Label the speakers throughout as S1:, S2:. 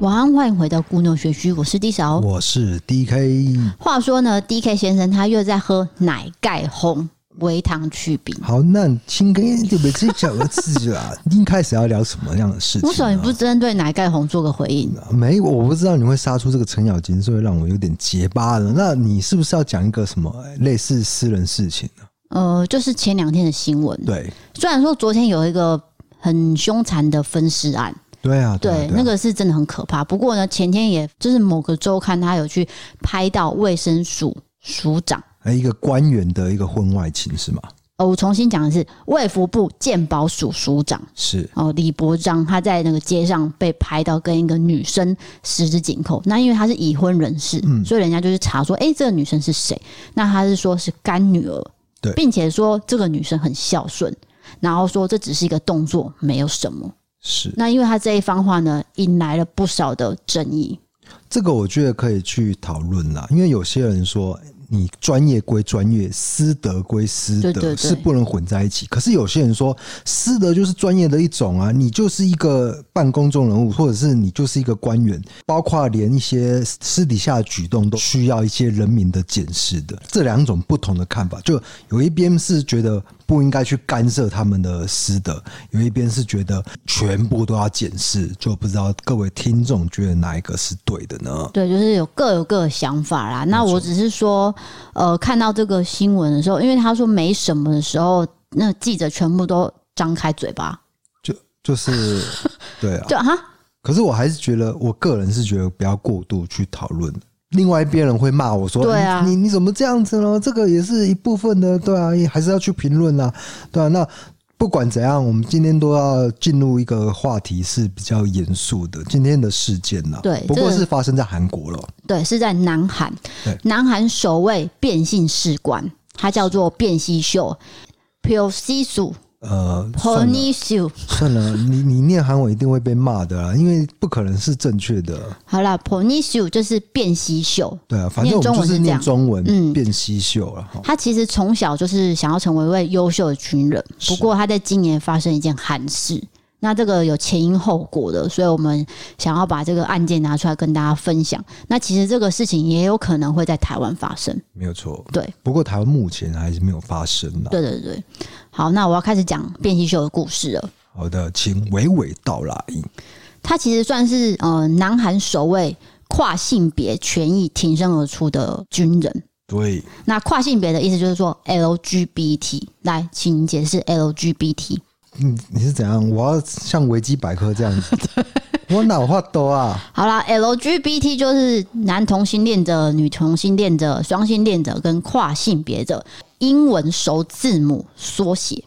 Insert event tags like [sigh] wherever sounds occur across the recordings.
S1: 晚安，欢迎回到故弄玄虚，我是 D 嫂。
S2: 我是 DK。
S1: 话说呢，D K 先生他又在喝奶盖红微糖去冰。
S2: 好，那今天就别直接讲个自己
S1: [laughs]
S2: 啦。啊一开始要聊什么样的事情、啊？
S1: 为什么你不针对奶盖红做个回应？
S2: 没，我不知道你会杀出这个程咬金，所以让我有点结巴了。那你是不是要讲一个什么类似私人事情呢、
S1: 呃，就是前两天的新闻。
S2: 对，
S1: 虽然说昨天有一个很凶残的分尸案，
S2: 对啊，啊
S1: 对，
S2: 啊
S1: 那个是真的很可怕。不过呢，前天也就是某个周刊，他有去拍到卫生署署长。
S2: 哎，一个官员的一个婚外情是吗？
S1: 哦，我重新讲的是卫福部健保署署长
S2: 是，
S1: 哦，李博章他在那个街上被拍到跟一个女生十指紧扣。那因为他是已婚人士，所以人家就是查说，哎、这个女生是谁？那他是说是干女儿，
S2: 对
S1: 并且说这个女生很孝顺，然后说这只是一个动作，没有什么。
S2: 是
S1: 那因为他这一番话呢，引来了不少的争议。
S2: 这个我觉得可以去讨论啦，因为有些人说你专业归专业，私德归私
S1: 对
S2: 德
S1: 对对
S2: 是不能混在一起。可是有些人说私德就是专业的一种啊，你就是一个半公众人物，或者是你就是一个官员，包括连一些私底下的举动都需要一些人民的检视的。这两种不同的看法，就有一边是觉得不应该去干涉他们的私德，有一边是觉得全部都要检视。就不知道各位听众觉得哪一个是对的呢？
S1: 对，就是有各有各的想法啦。那我只是说，呃，看到这个新闻的时候，因为他说没什么的时候，那记者全部都张开嘴巴，
S2: 就就是对啊。
S1: 就啊，
S2: 可是我还是觉得，我个人是觉得不要过度去讨论。另外一边人会骂我说：“
S1: 对啊
S2: 你你怎么这样子呢？这个也是一部分的，对啊，也还是要去评论啊，对啊。”那不管怎样，我们今天都要进入一个话题是比较严肃的，今天的事件呐、
S1: 对
S2: 不过
S1: 这个
S2: 是发生在韩国了，
S1: 对，是在南韩
S2: 对，
S1: 南韩首位变性士官，他叫做变西秀 p i o s i s u
S2: 呃，
S1: p o
S2: 算
S1: n
S2: 了
S1: i s u
S2: 算了，你你念韩文一定会被骂的啊啦，因为不可能是正确的，啊
S1: 好啦 p o n i s u 就是变西秀。
S2: 对啊，反正我们就是念
S1: 念
S2: 中文
S1: 嗯
S2: 变啊西秀了哈。
S1: 他其实从小就是想要成为一位优秀的军人，不
S2: 是
S1: 过他在今年发生一件憾事，那这个有前因后果的，所以我们想要把这个案件拿出来跟大家分享。那其实这个事情也有可能会在台湾发生。
S2: 没有错，
S1: 对。
S2: 不过台湾目前还是没有发生啦。
S1: 对对对，好，那我要开始讲变性秀的故事了。
S2: 好的，请娓娓道来。
S1: 他其实算是呃南韩首位跨性别权益挺身而出的军人。
S2: 对，
S1: 那跨性别的意思就是说 LGBT，来，请解释 LGBT。
S2: 你嗯你是怎样？我要像维基百科这样
S1: [laughs]
S2: 子？我脑话多啊？
S1: 好啦，LGBT 就是男同性恋者、女同性恋者、双性恋者跟跨性别者，英文首字母缩写。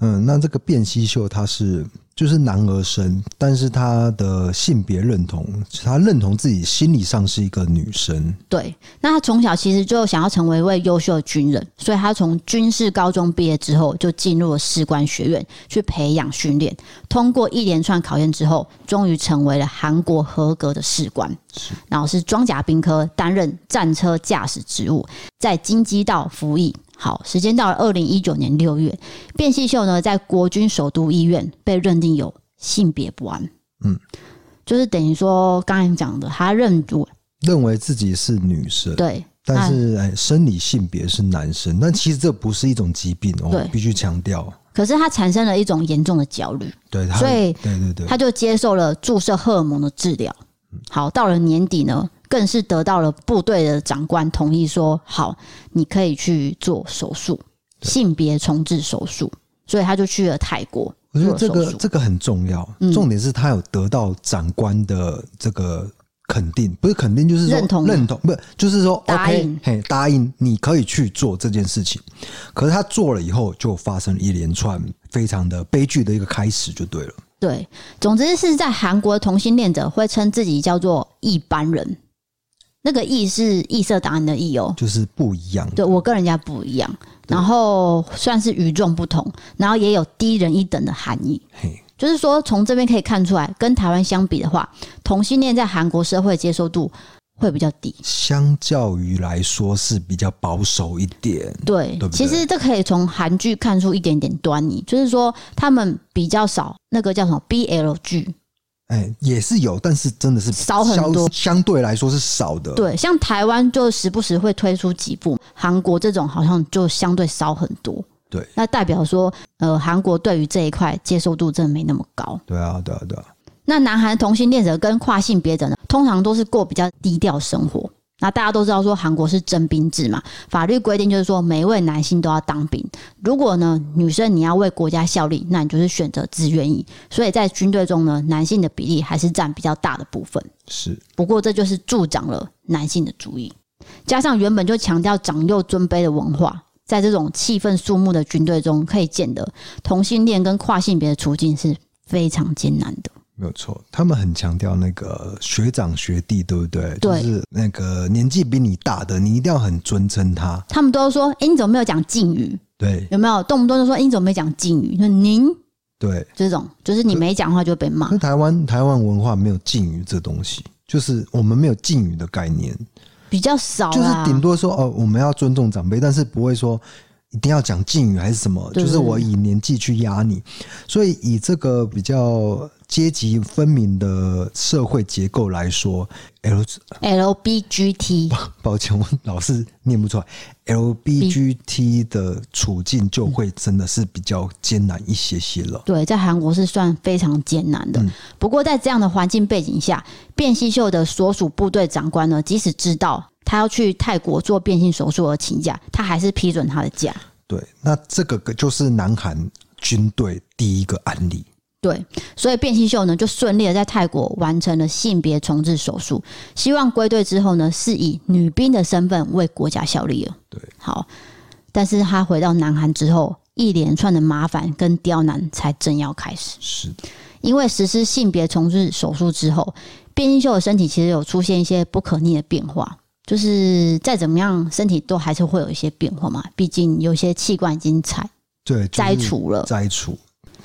S2: 嗯，那这个变西秀他是就是男儿身，但是他的性别认同，他认同自己心理上是一个女生。
S1: 对，那他从小其实就想要成为一位优秀的军人，所以他从军事高中毕业之后，就进入了士官学院去培养训练。通过一连串考验之后，终于成为了韩国合格的士官，然后是装甲兵科，担任战车驾驶职务，在京畿道服役。好，时间到了二零一九年六月，卞熙秀呢在国军首都医院被认定有性别不安。
S2: 嗯，
S1: 就是等于说刚才讲的，他认主
S2: 认为自己是女生，
S1: 对。
S2: 但是哎，生理性别是男生，但其实这不是一种疾病哦，
S1: 对
S2: 我必须强调。
S1: 可是他产生了一种严重的焦虑，
S2: 对，他
S1: 所以
S2: 对对对，
S1: 他就接受了注射荷尔蒙的治疗。好，到了年底呢，更是得到了部队的长官同意说，好，你可以去做手术，性别重置手术。所以他就去了泰国
S2: 我觉得这
S1: 做了手
S2: 个
S1: 术。嗯
S2: 这个很重要，重点是他有得到长官的这个肯定，不是肯定就是说
S1: 认同
S2: 认同，不是就是说
S1: 答
S2: OK，
S1: 应
S2: 嘿，答应你可以去做这件事情。可是他做了以后，就发生了一连串非常的悲剧的一个开始，就对了。
S1: 对，总之是在韩国同性恋者会称自己叫做一般人，那个“异”是异色答案的“异”哦，
S2: 就是不一样，
S1: 对我跟人家不一样，然后算是与众不同，然后也有低人一等的含义。
S2: 嘿，
S1: 就是说，从这边可以看出来，跟台湾相比的话，同性恋在韩国社会接受度会比较低。
S2: 相较于来说是比较保守一点，
S1: 对，
S2: 对不对
S1: 其实这可以从韩剧看出一点点端倪，就是说他们比较少那个叫什么 BL 剧，
S2: 哎，也是有，但是真的是
S1: 少很多
S2: 相相对来说是少的。，
S1: 对，像台湾就时不时会推出几部，韩国这种好像就相对少很多。
S2: 对，
S1: 那代表说，呃，韩国对于这一块接受度真的没那么高。
S2: 对啊，对啊，对啊，
S1: 那南韩同性恋者跟跨性别者呢，通常都是过比较低调生活。那大家都知道说韩国是征兵制嘛，法律规定就是说每一位男性都要当兵。如果呢女生你要为国家效力，那你就是选择自愿役。所以在军队中呢，男性的比例还是占比较大的部分。
S2: 是
S1: 不过这就是助长了男性的主义，加上原本就强调长幼尊卑的文化，在这种气氛肃穆的军队中，可以见得同性恋跟跨性别的处境是非常艰难的。
S2: 没有错。他们很强调那个学长学弟，对不对？
S1: 对
S2: 就是那个年纪比你大的，你一定要很尊称他。
S1: 他们都说：“诶，你怎么没有讲敬语？
S2: 对，
S1: 有没有动不动就说诶你怎么没讲敬语？”那您
S2: 对。
S1: 这种，就是你没讲话就被骂
S2: 那。台湾台湾文化没有敬语这东西，就是我们没有敬语的概念，
S1: 比较少
S2: 就是
S1: 啦，
S2: 顶多说哦，我们要尊重长辈，但是不会说一定要讲敬语还是什么，
S1: 对
S2: 就是我以年纪去压你。所以以这个比较阶级分明的社会结构来说，L
S1: LBGT
S2: 抱歉，我老是念不出来，LBGT 的处境就会真的是比较艰难一些些了。
S1: 对，在韩国是算非常艰难
S2: 嗯
S1: 的。不过在这样的环境背景下，变性秀的所属部队长官呢，即使知道他要去泰国做变性手术而请假，他还是批准他的假。
S2: 对，那这个就是南韩军队第一个案例。
S1: 对，所以变性秀呢就顺利的在泰国完成了性别重置手术，希望归队之后呢是以女兵的身份为国家效力了。
S2: 对，
S1: 好，但是他回到南韩之后，一连串的麻烦跟刁难才正要开始。
S2: 是的，
S1: 因为实施性别重置手术之后，变性秀的身体其实有出现一些不可逆的变化，就是再怎么样，身体都还是会有一些变化嘛。毕竟有些器官已经采
S2: 对，就是
S1: 摘除了，
S2: 摘除。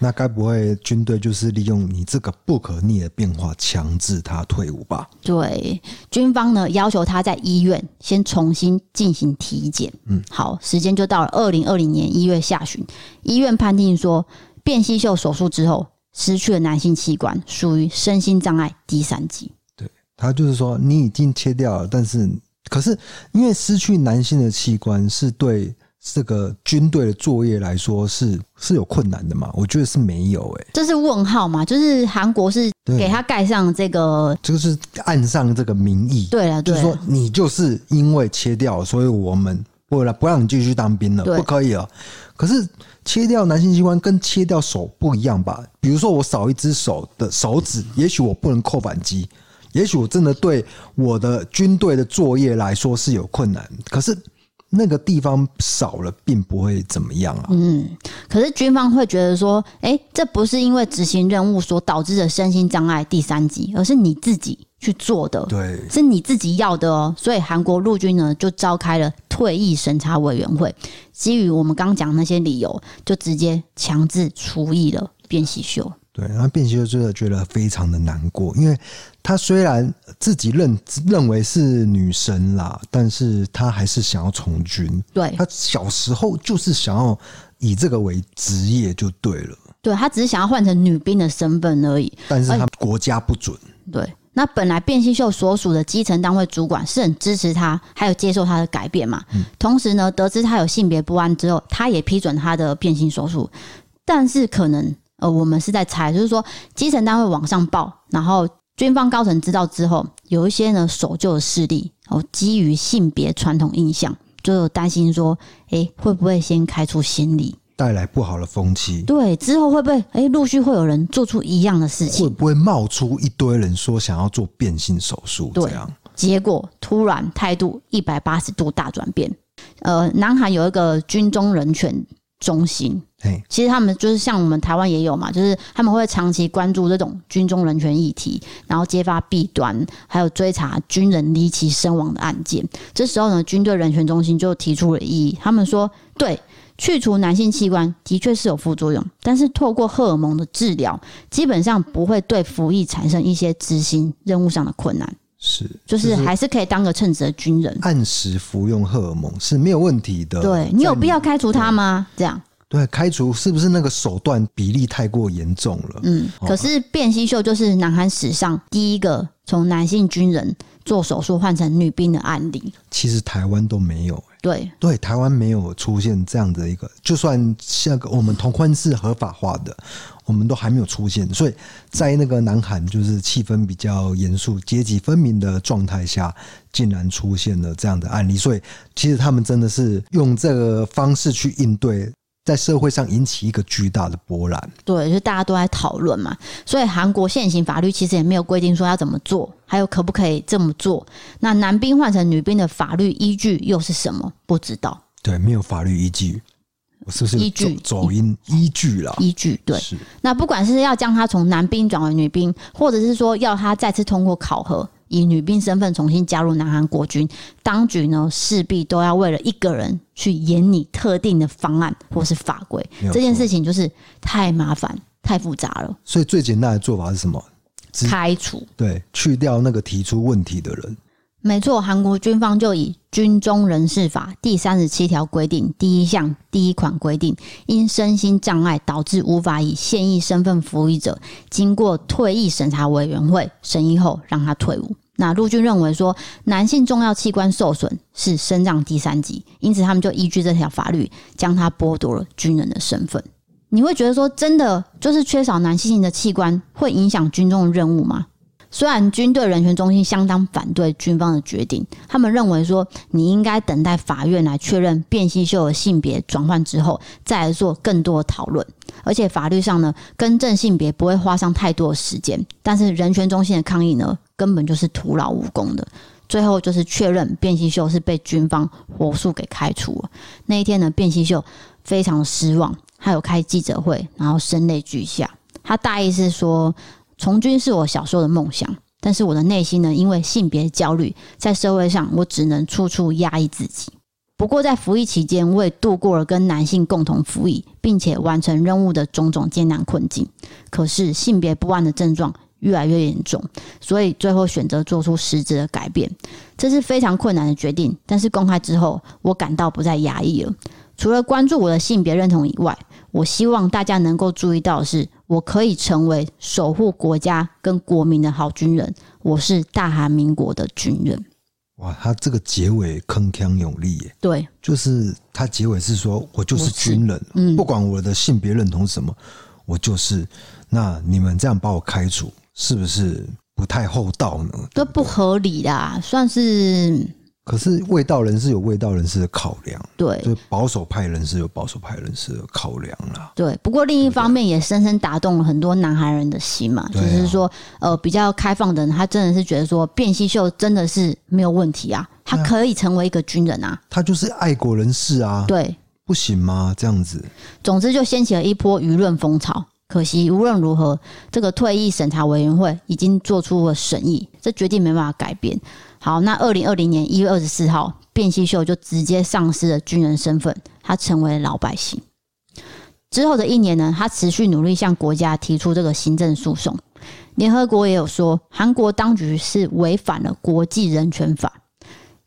S2: 那该不会军队就是利用你这个不可逆的变化强制他退伍吧？
S1: 对，军方呢要求他在医院先重新进行体检。
S2: 嗯，
S1: 好，时间就到了二零二零年一月下旬，医院判定说，变性秀手术之后失去了男性器官，属于身心障碍第三级。
S2: 他就是说你已经切掉了，但是可是因为失去男性的器官是对这个军队的作业来说是是有困难的嘛？我觉得是没有欸诶、
S1: 这是问号嘛？就是韩国是
S2: 对
S1: 给他盖上这个
S2: 这个是按上这个名义，
S1: 对了，
S2: 就
S1: 对
S2: 是
S1: 了，
S2: 说你就是因为切掉了，所以我们为了不让你继续当兵了，
S1: 对
S2: 不可以了。可是切掉男性器官跟切掉手不一样吧？比如说我少一只手的手指，也许我不能扣扳机，也许我真的对我的军队的作业来说是有困难。可是那个地方少了，并不会怎么样啊。
S1: 嗯，可是军方会觉得说，哎、这不是因为执行任务所导致的身心障碍第三级，而是你自己去做的，
S2: 对，
S1: 是你自己要的哦。所以韩国陆军呢就召开了退役审查委员会，基于我们刚讲那些理由，就直接强制除役了卞喜秀。
S2: 对，然后卞希就真的觉得非常的难过，因为她虽然自己认认为是女神啦，但是她还是想要从军。
S1: 对
S2: 她小时候就是想要以这个为职业就对了，
S1: 对，他只是想要换成女兵的身份而已。
S2: 但是她国家不准。
S1: 对，那本来卞熙秀所属的基层单位主管是很支持他，还有接受他的改变嘛。同时呢，得知他有性别不安之后，他也批准他的变性手术，但是可能呃，我们是在猜，就是说基层单位往上报，然后军方高层知道之后，有一些呢守旧的势力哦，基于性别传统印象，就有担心说，诶、会不会先开出先例？
S2: 带来不好的风气，
S1: 对，之后会不会诶，陆续会有人做出一样的事情
S2: 会？不会冒出一堆人说想要做变性手术这
S1: 对
S2: 样？
S1: 结果突然态度一百八十度大转变。呃，南韩有一个军中人权中心，
S2: 嘿，
S1: 其实他们就是像我们台湾也有嘛，就是他们会长期关注这种军中人权议题，然后揭发弊端，还有追查军人离奇身亡的案件。这时候呢，军队人权中心就提出了异议，他们说，对。去除男性器官的确是有副作用，但是透过荷尔蒙的治疗，基本上不会对服役产生一些执行任务上的困难。
S2: 是，
S1: 就是还是可以当个称职的军人。呃
S2: 按时服用荷尔蒙是没有问题的。
S1: 对你有必要开除他吗？这样
S2: 对，开除是不是那个手段比例太过严重了？
S1: 嗯，可是变性秀就是南韩史上第一个从男性军人做手术换成女兵的案例。
S2: 其实台湾都没有、欸
S1: 对，
S2: 对，台湾没有出现这样的一个，就算像个我们同婚是合法化的，我们都还没有出现，所以在那个南韩就是气氛比较严肃、阶级分明的状态下，竟然出现了这样的案例，所以其实他们真的是用这个方式去应对，在社会上引起一个巨大的波澜。
S1: 对，就是大家都在讨论嘛，所以韩国现行法律其实也没有规定说要怎么做，还有可不可以这么做。那男兵换成女兵的法律依据又是什么？不知道
S2: 对，没有法律依据，我是不是
S1: 依据
S2: 走走音依据啦？
S1: 依据。对，
S2: 是
S1: 那不管是要将他从男兵转为女兵，或者是说要他再次通过考核，以女兵身份重新加入南韩国军，当局呢势必都要为了一个人去演拟特定的方案或是法规
S2: 没，有
S1: 这件
S2: 错
S1: 事情就是太麻烦、太复杂了，
S2: 所以最简单的做法是什么？直
S1: 开除。
S2: 对，去掉那个提出问题的人。
S1: 没错，韩国军方就以《军中人事法》第三十七条规定第一项第一款规定，因身心障碍导致无法以现役身份服役者，经过退役审查委员会审议后，让他退伍。那陆军认为说，男性重要器官受损是身障第三级，因此他们就依据这条法律，将他剥夺了军人的身份。你会觉得说，真的就是缺少男性的器官会影响军中的任务吗？虽然军队人权中心相当反对军方的决定，他们认为说你应该等待法院来确认变性秀的性别转换之后，再来做更多的讨论。而且法律上呢，更正性别不会花上太多的时间，但是人权中心的抗议呢，根本就是徒劳无功的。最后就是确认变性秀是被军方火速给开除了。那一天呢，变性秀非常失望，他有开记者会，然后声泪俱下。啊他大意是说，从军是我小时候的梦想，但是我的内心呢，因为性别焦虑，在社会上我只能处处压抑自己。不过在服役期间，我也度过了跟男性共同服役，并且完成任务的种种艰难困境。可是性别不安的症状越来越严重，所以最后选择做出实质的改变。这是非常困难的决定，但是公开之后，我感到不再压抑了。除了关注我的性别认同以外，我希望大家能够注意到的是，我可以成为守护国家跟国民的好军人，我是大韩民国的军人。
S2: 哇，他这个结尾铿锵有力耶！
S1: 对，
S2: 就是他结尾是说我就是军人，
S1: 嗯
S2: 不管我的性别认同是什么，我就是。那你们这样把我开除，是不是不太厚道呢？
S1: 这不合理啦，算是
S2: 可是味道人是有味道人士的考量，
S1: 对
S2: 就是保守派人士有保守派人士的考量啦。
S1: 对。不过另一方面，也深深打动了很多南韩人的心嘛，就
S2: 对啊
S1: 是说，呃，比较开放的人，他真的是觉得说，变性秀真的是没有问题啊，他可以成为一个军人啊，
S2: 他就是爱国人士啊，
S1: 对。
S2: 不行吗？这样子，
S1: 总之就掀起了一波舆论风潮。可惜无论如何，这个退役审查委员会已经做出了审议，这决定没办法改变。好，那二零二零年一月二十四号，卞熙秀就直接丧失了军人身份，他成为老百姓。之后的一年呢，他持续努力向国家提出这个行政诉讼。联合国也有说，韩国当局是违反了国际人权法。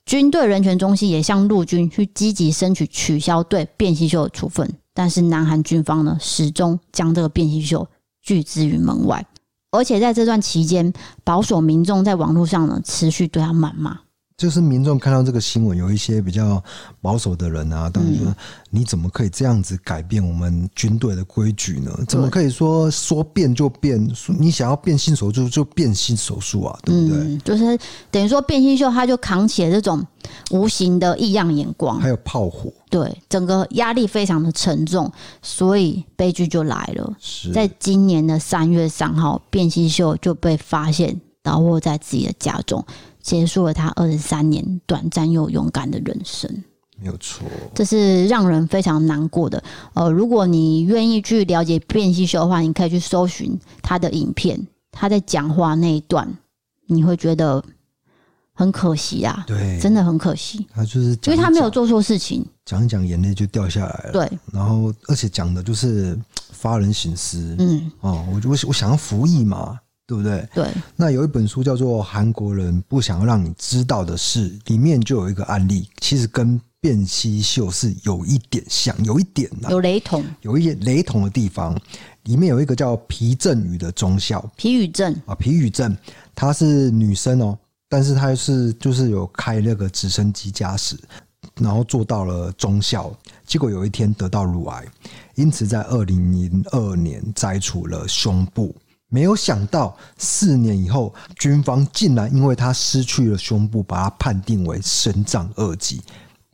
S1: 军队人权中心也向陆军去积极争取取消对变性秀的处分，但是南韩军方呢，始终将这个变性秀拒之于门外。而且在这段期间，保守民众在网络上呢持续对他谩骂。
S2: 就是民众看到这个新闻，有一些比较保守的人
S1: 嗯
S2: 啊，当然说、你怎么可以这样子改变我们军队的规矩呢？怎么可以说说变就变？说你想要变性手术就变性手术啊，对不对？
S1: 嗯，就是等于说变性秀他就扛起了这种无形的异样眼光
S2: 还，有炮火
S1: 对整个压力非常的沉重，所以悲剧就来了。
S2: 是
S1: 在今年的三月三号，卞熙秀就被发现倒卧在自己的家中，结束了他二十三年短暂又勇敢的人生。
S2: 没有错。
S1: 这是让人非常难过的。呃，如果你愿意去了解卞熙秀的话，你可以去搜寻他的影片，他在讲话那一段，你会觉得很可惜啊，
S2: 对，
S1: 真的很可惜，啊
S2: 他就是
S1: 因
S2: 讲
S1: 为
S2: 一
S1: 他没有
S2: 讲
S1: 做错事情。
S2: 讲一讲，眼泪就掉下来了。
S1: 对，
S2: 然后，而且讲的就是发人省思、
S1: 嗯，
S2: 哦。我就我我想要服役嘛，对不对？
S1: 对，
S2: 那有一本书叫做《韩国人不想要让你知道的事》，里面就有一个案例，其实跟卞熙秀是有一点像，有一点呐、
S1: 有雷同，
S2: 有一点雷同的地方。里面有一个叫皮振宇的中校
S1: 皮语症
S2: 啊，皮宇镇，她是女生哦，但是她是就是有开那个直升机驾驶，然后做到了中校，结果有一天得到乳癌，因此在二零零二年摘除了胸部。没有想到四年以后，军方竟然因为她失去了胸部，把她判定为身障二级，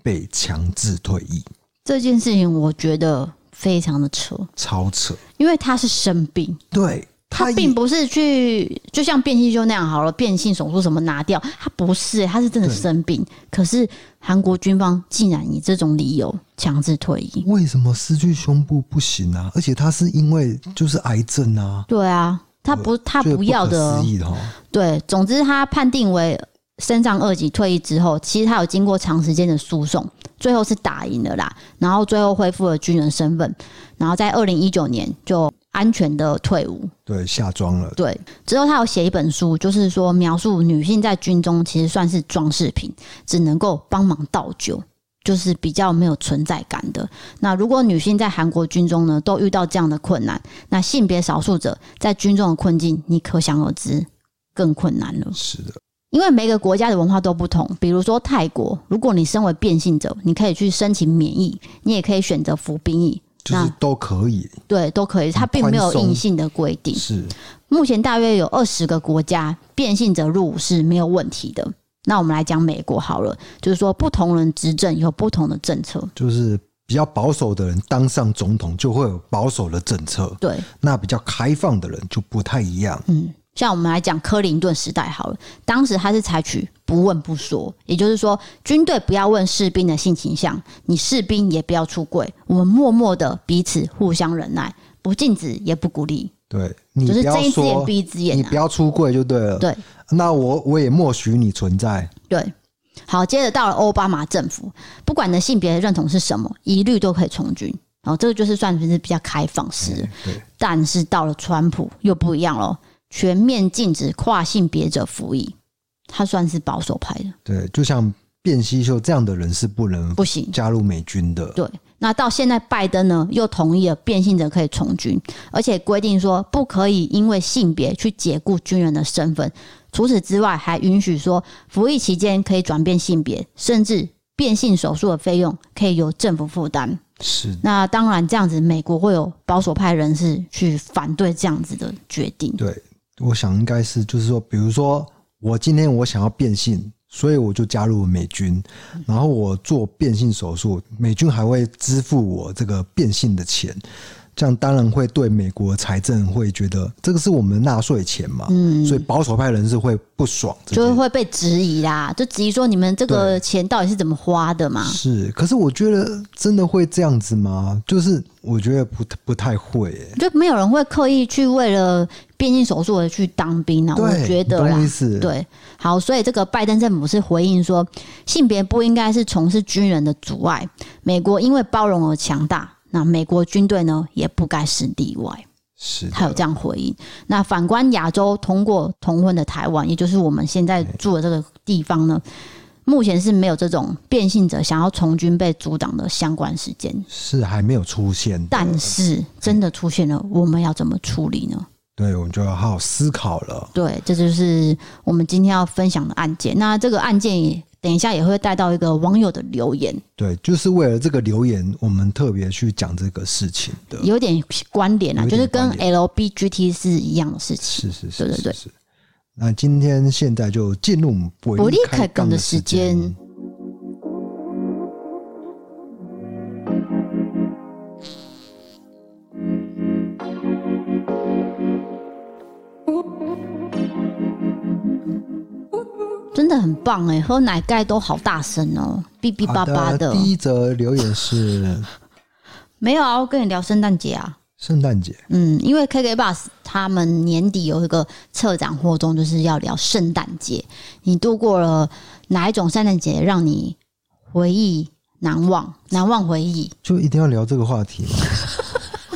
S2: 被强制退役，
S1: 这件事情，我觉得非常的扯，
S2: 超扯。
S1: 因为他是生病，
S2: 对
S1: 他
S2: 也
S1: 并不是去就像变性就那样好了，变性手术什么拿掉，他不是、他是真的
S2: 对
S1: 生病。可是韩国军方竟然以这种理由强制退役，
S2: 为什么失去胸部不行啊？而且他是因为就是癌症啊，
S1: 对啊，他不他
S2: 觉得
S1: 不要
S2: 可
S1: 的哦
S2: 思议哦。
S1: 对，总之他判定为身障二级退役之后，其实他有经过长时间的诉讼，最后是打赢了啦，然后最后恢复了军人身份，然后在二零一九年就安全的退伍。
S2: 对，下装了，
S1: 对，之后他有写一本书，就是说描述女性在军中其实算是装饰品，只能够帮忙倒酒。就是比较没有存在感的。那如果女性在韩国军中呢，都遇到这样的困难，那性别少数者在军中的困境，你可想而知，更困难了。
S2: 是的，
S1: 因为每个国家的文化都不同，比如说泰国，如果你身为变性者，你可以去申请免疫，你也可以选择服兵役，
S2: 就是
S1: 那
S2: 都可以，
S1: 对，都可以。它并没有
S2: 宽松
S1: 硬性的规定。
S2: 是
S1: 目前大约有二十个国家变性者入伍是没有问题的。那我们来讲美国好了，就是说不同人执政有不同的政策。
S2: 就是比较保守的人当上总统就会有保守的政策，
S1: 对，
S2: 那比较开放的人就不太一样。
S1: 嗯，像我们来讲克林顿时代好了，当时他是采取不问不说，也就是说，军队不要问士兵的性倾向，你士兵也不要出柜，我们默默的彼此互相忍耐，不禁止也不鼓励，
S2: 对你
S1: 就是
S2: 不要
S1: 睁一只眼
S2: 说，
S1: 闭一只眼
S2: 你
S1: 啊
S2: 不。要出柜就对了。
S1: 对，
S2: 那我我也默许你存在。
S1: 对，好，接着到了奥巴马政府，不管你的性别认同是什么，一律都可以从军。然后这个就是算是比较开放式的，
S2: 对，
S1: 但是到了川普又不一样咯，全面禁止跨性别者服役，他算是保守派的，
S2: 对，就像卞熙秀这样的人是不能
S1: 不行。
S2: 加入美军的。
S1: 对，那到现在拜登呢又同意了变性者可以从军，而且规定说不可以因为性别去解雇军人的身份。除此之外，还允许说服役期间可以转变性别，甚至变性手术的费用可以由政府负担。
S2: 是的，
S1: 那当然，这样子美国会有保守派人士去反对这样子的决定。
S2: 对，我想应该是就是说，比如说我今天我想要变性，所以我就加入美军，然后我做变性手术，美军还会支付我这个变性的钱，这样当然会对美国财政会觉得这个是我们纳税钱嘛，
S1: 嗯，
S2: 所以保守派人士会不爽这件
S1: 就
S2: 事，
S1: 是会被质疑啦，就质疑说你们这个
S2: 对
S1: 钱到底是怎么花的嘛？
S2: 是，可是我觉得真的会这样子吗？就是我觉得不不太会、欸，
S1: 就没有人会刻意去为了变性手术而去当兵啊，我
S2: 对，
S1: 觉得
S2: 你
S1: 啦
S2: 懂我意。思，
S1: 对，好，所以这个拜登政府是回应说，性别不应该是从事军人的阻碍。美国因为包容而强大，那美国军队呢也不该是例外。
S2: 是的
S1: 他有这样回应。那反观亚洲通过同婚的台湾，也就是我们现在住的这个地方呢，目前是没有这种变性者想要从军被阻挡的相关事件。
S2: 是还没有出现的，
S1: 但是真的出现了，我们要怎么处理呢？
S2: 对，我们就要好好思考了。
S1: 对，这就是我们今天要分享的案件。那这个案件也等一下也会带到一个网友的留言，
S2: 对，就是为了这个留言，我们特别去讲这个事情的。
S1: 有点关联啊，
S2: 有
S1: 就
S2: 点
S1: 是跟
S2: 关
S1: LBGT 是一样的事情。
S2: 是是是，
S1: 对对对
S2: 是。是那今天现在就进入我们不
S1: 伯利
S2: 开
S1: 开
S2: 杠
S1: 杠
S2: 的
S1: 的
S2: 时
S1: 时
S2: 间
S1: 间。真的很棒哎、喝奶盖都好大声哦、哔哔
S2: 好
S1: 叭叭的。
S2: 第一则留
S1: [laughs]
S2: 言是
S1: 没有啊，我跟你聊圣诞节啊。
S2: 圣诞节，
S1: 嗯，因为 KK Bus 他们年底有一个策展活动，就是要聊圣诞节。你度过了哪一种圣诞节，让你回忆难忘，难忘回忆？
S2: 就一定要聊这个话题吗？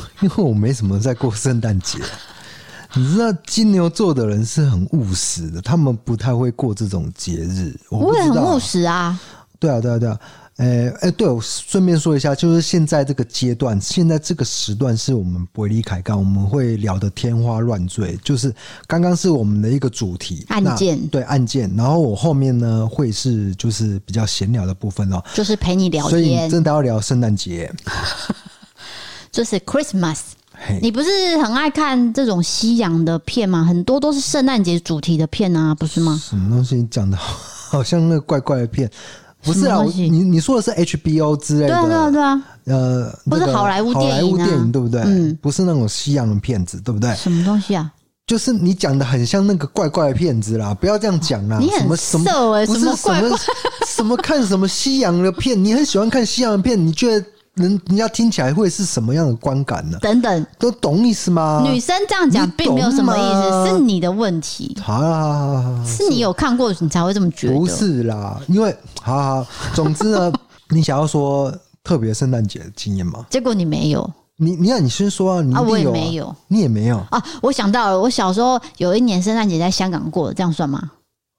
S2: [laughs] 因为我没什么在过圣诞节。你知道金牛座的人是很务实的，他们不太会过这种节日。我不
S1: 我也
S2: 知
S1: 很
S2: 道
S1: 务实啊，
S2: 对啊，对啊，对啊。呃，哎，对，我顺便说一下，就是现在这个阶段，现在这个时段是我们伯利凯干，我们会聊得天花乱坠。就是刚刚是我们的一个主题
S1: 案
S2: 那
S1: 件
S2: 对案件。然后我后面呢会是就是比较闲聊的部分哦。
S1: 就是陪你聊
S2: 所以你
S1: 天，
S2: 真的要聊圣诞节，
S1: 就是 Christmas。
S2: 嘿，
S1: 你不是很爱看这种西洋的片吗？很多都是圣诞节主题的片啊，不是吗？
S2: 什么东西讲的 [laughs] 好像那个怪怪的片？不是
S1: 什
S2: 啊，
S1: 么
S2: 我
S1: 东西
S2: 你你说的是 HBO 之类
S1: 对
S2: 的，
S1: 啊，对啊，对啊，
S2: 呃，
S1: 或是
S2: 那个
S1: 好莱坞
S2: 好
S1: 电
S2: 莱
S1: 影
S2: 坞
S1: 啊
S2: 电影对不对？
S1: 嗯
S2: 不是那种西洋的片子，对不对？
S1: 什么东西啊？
S2: 就是你讲的很像那个怪怪的骗子啦，不要这样讲啦。
S1: 哦你
S2: 什么
S1: 很
S2: 什么
S1: 色哎、
S2: 不
S1: 什
S2: 是
S1: 么
S2: 什
S1: 怪
S2: 么 [laughs] 什么看什么西洋的片，你很喜欢看西洋的片，你觉得人人家听起来会是什么样的观感呢？
S1: 等等，
S2: 都懂意思吗？
S1: 女生这样讲
S2: 啊你
S1: 并没有什么意思，
S2: 懂吗
S1: 是你的问题，
S2: 好啦好啦好啦好啦
S1: 是你有看过你才会这么觉得。
S2: 不是啦，因为好好，好总之
S1: [laughs]
S2: 呢，你想要说特别圣诞节的经验吗？
S1: 结果你没有
S2: 你你看你先说啊，你一
S1: 啊，我也
S2: 定有啊
S1: 没有
S2: 你也没有
S1: 啊。我想到了，我小时候有一年圣诞节在香港过，这样算
S2: [laughs]
S1: 吗？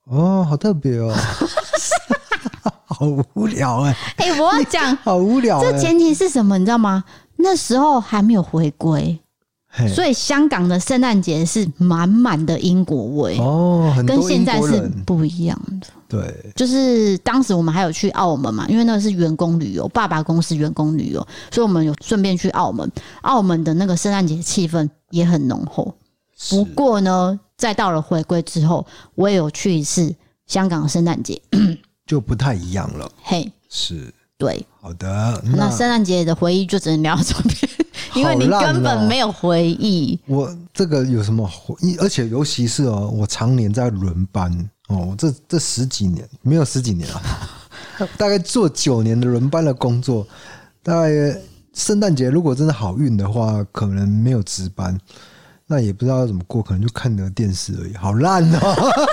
S2: 哦，好特
S1: [laughs]
S2: 别哦， [laughs] 好无聊哎、
S1: 哎、我要讲
S2: 好无聊、欸，
S1: 这前提是什么，你知道吗？那时候还没有回归，
S2: 嘿
S1: 所以香港的圣诞节是满满的英国味，
S2: 哦，很
S1: 跟
S2: 多
S1: 现
S2: 英
S1: 在
S2: 国
S1: 是
S2: 人
S1: 不一样的。
S2: 对，
S1: 就是当时我们还有去澳门嘛，因为那个是员工旅游，爸爸公司员工旅游，所以我们有顺便去澳门。澳门的那个圣诞节气氛也很浓厚。不
S2: 是
S1: 过呢，再到了回归之后，我也有去一次香港圣诞节。
S2: 就不太一样了。
S1: 嘿，
S2: 是
S1: 对，
S2: 好的，
S1: 那圣诞节的回忆就只能聊到这
S2: [laughs]
S1: 边，因为你
S2: 好烂哦
S1: 根本没有回忆。
S2: 我这个有什么好？一而且尤其是哦，我常年在轮班哦，我这这十几年没有十几年
S1: [laughs]
S2: 啊，大概做九年的轮班的工作，大概圣诞节如果真的好运的话，可能没有值班，那也不知道要怎么过，可能就看个电视而已，好烂哦。 [laughs]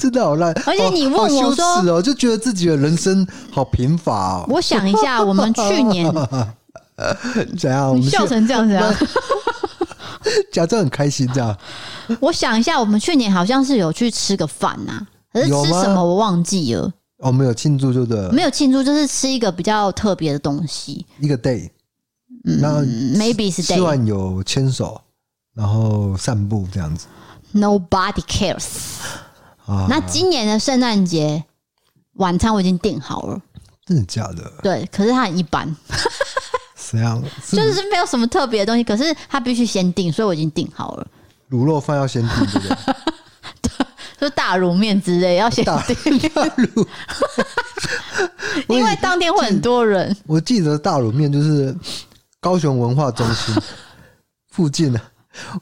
S2: 真的好烂，
S1: 而且你问
S2: 好好
S1: 我
S2: 羞
S1: 说
S2: 耻哦，就觉得自己的人生好贫乏哦。
S1: 我想一下，我们去
S2: [laughs]
S1: 年
S2: 怎样？我
S1: 你
S2: 们
S1: 笑
S2: 是
S1: 成这样子啊？
S2: 假装很开心这样。
S1: 我想一下，我们去年好像是有去吃个饭呐、可是
S2: 有
S1: 吃
S2: 吗
S1: 什么我忘记了。
S2: 哦，没有庆祝就对了，
S1: 没有庆祝，就是吃一个比较特别的东西。
S2: 一个 day，那
S1: 嗯，maybe 是
S2: 吃
S1: day。
S2: 完有牵手，然后散步这样子
S1: Nobody cares。
S2: 啊，
S1: 那今年的圣诞节晚餐我已经订好了，
S2: 真的假的？
S1: 对，可是它很一
S2: [laughs]
S1: 般，
S2: 怎样？是
S1: 就是没有什么特别的东西。可是它必须先订，所以我已经订好了，
S2: 卤肉饭要先定对不
S1: [laughs]
S2: 对？
S1: 就是大卤面之类要先订， [laughs] 因为当天会很多人。
S2: 我记得大卤面就是高雄文化中心 [laughs] 附近的。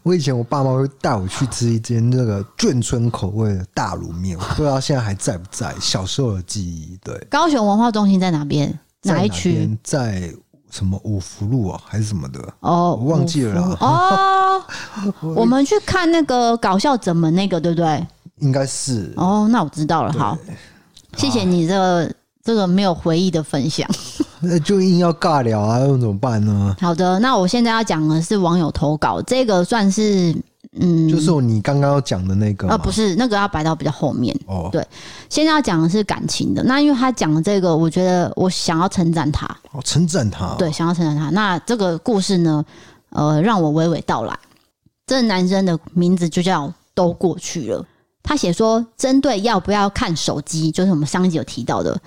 S2: 我以前我爸妈会带我去吃一间那个眷村口味的大卤面，我不知道现在还在不在。小时候的记忆，对，
S1: 高雄文化中心在哪边？
S2: 在
S1: 哪一区？
S2: 边？在什么五福路啊，还是什么的？
S1: 哦，
S2: 我忘记了啦
S1: 五
S2: [laughs]
S1: 福哦，我们去看那个搞笑怎么那个，对不对？
S2: 应该是
S1: 哦，那我知道了。好，谢谢你这个这个没有回忆的分享。
S2: 啊那就硬要尬聊啊，那怎么办呢？
S1: 好的，那我现在要讲的是网友投稿，这个算是嗯，
S2: 就是你刚刚要讲的那个
S1: 呃，
S2: 嘛
S1: 不是那个要摆到比较后面。
S2: 哦
S1: 对，现在要讲的是感情的。那因为他讲的这个，我觉得我想要称赞他，
S2: 哦，称赞他，
S1: 对，想要称赞他。那这个故事呢，呃，让我娓娓道来。这男生的名字就叫都过去了。他写说，针对要不要看手机，就是我们上一集有提到的。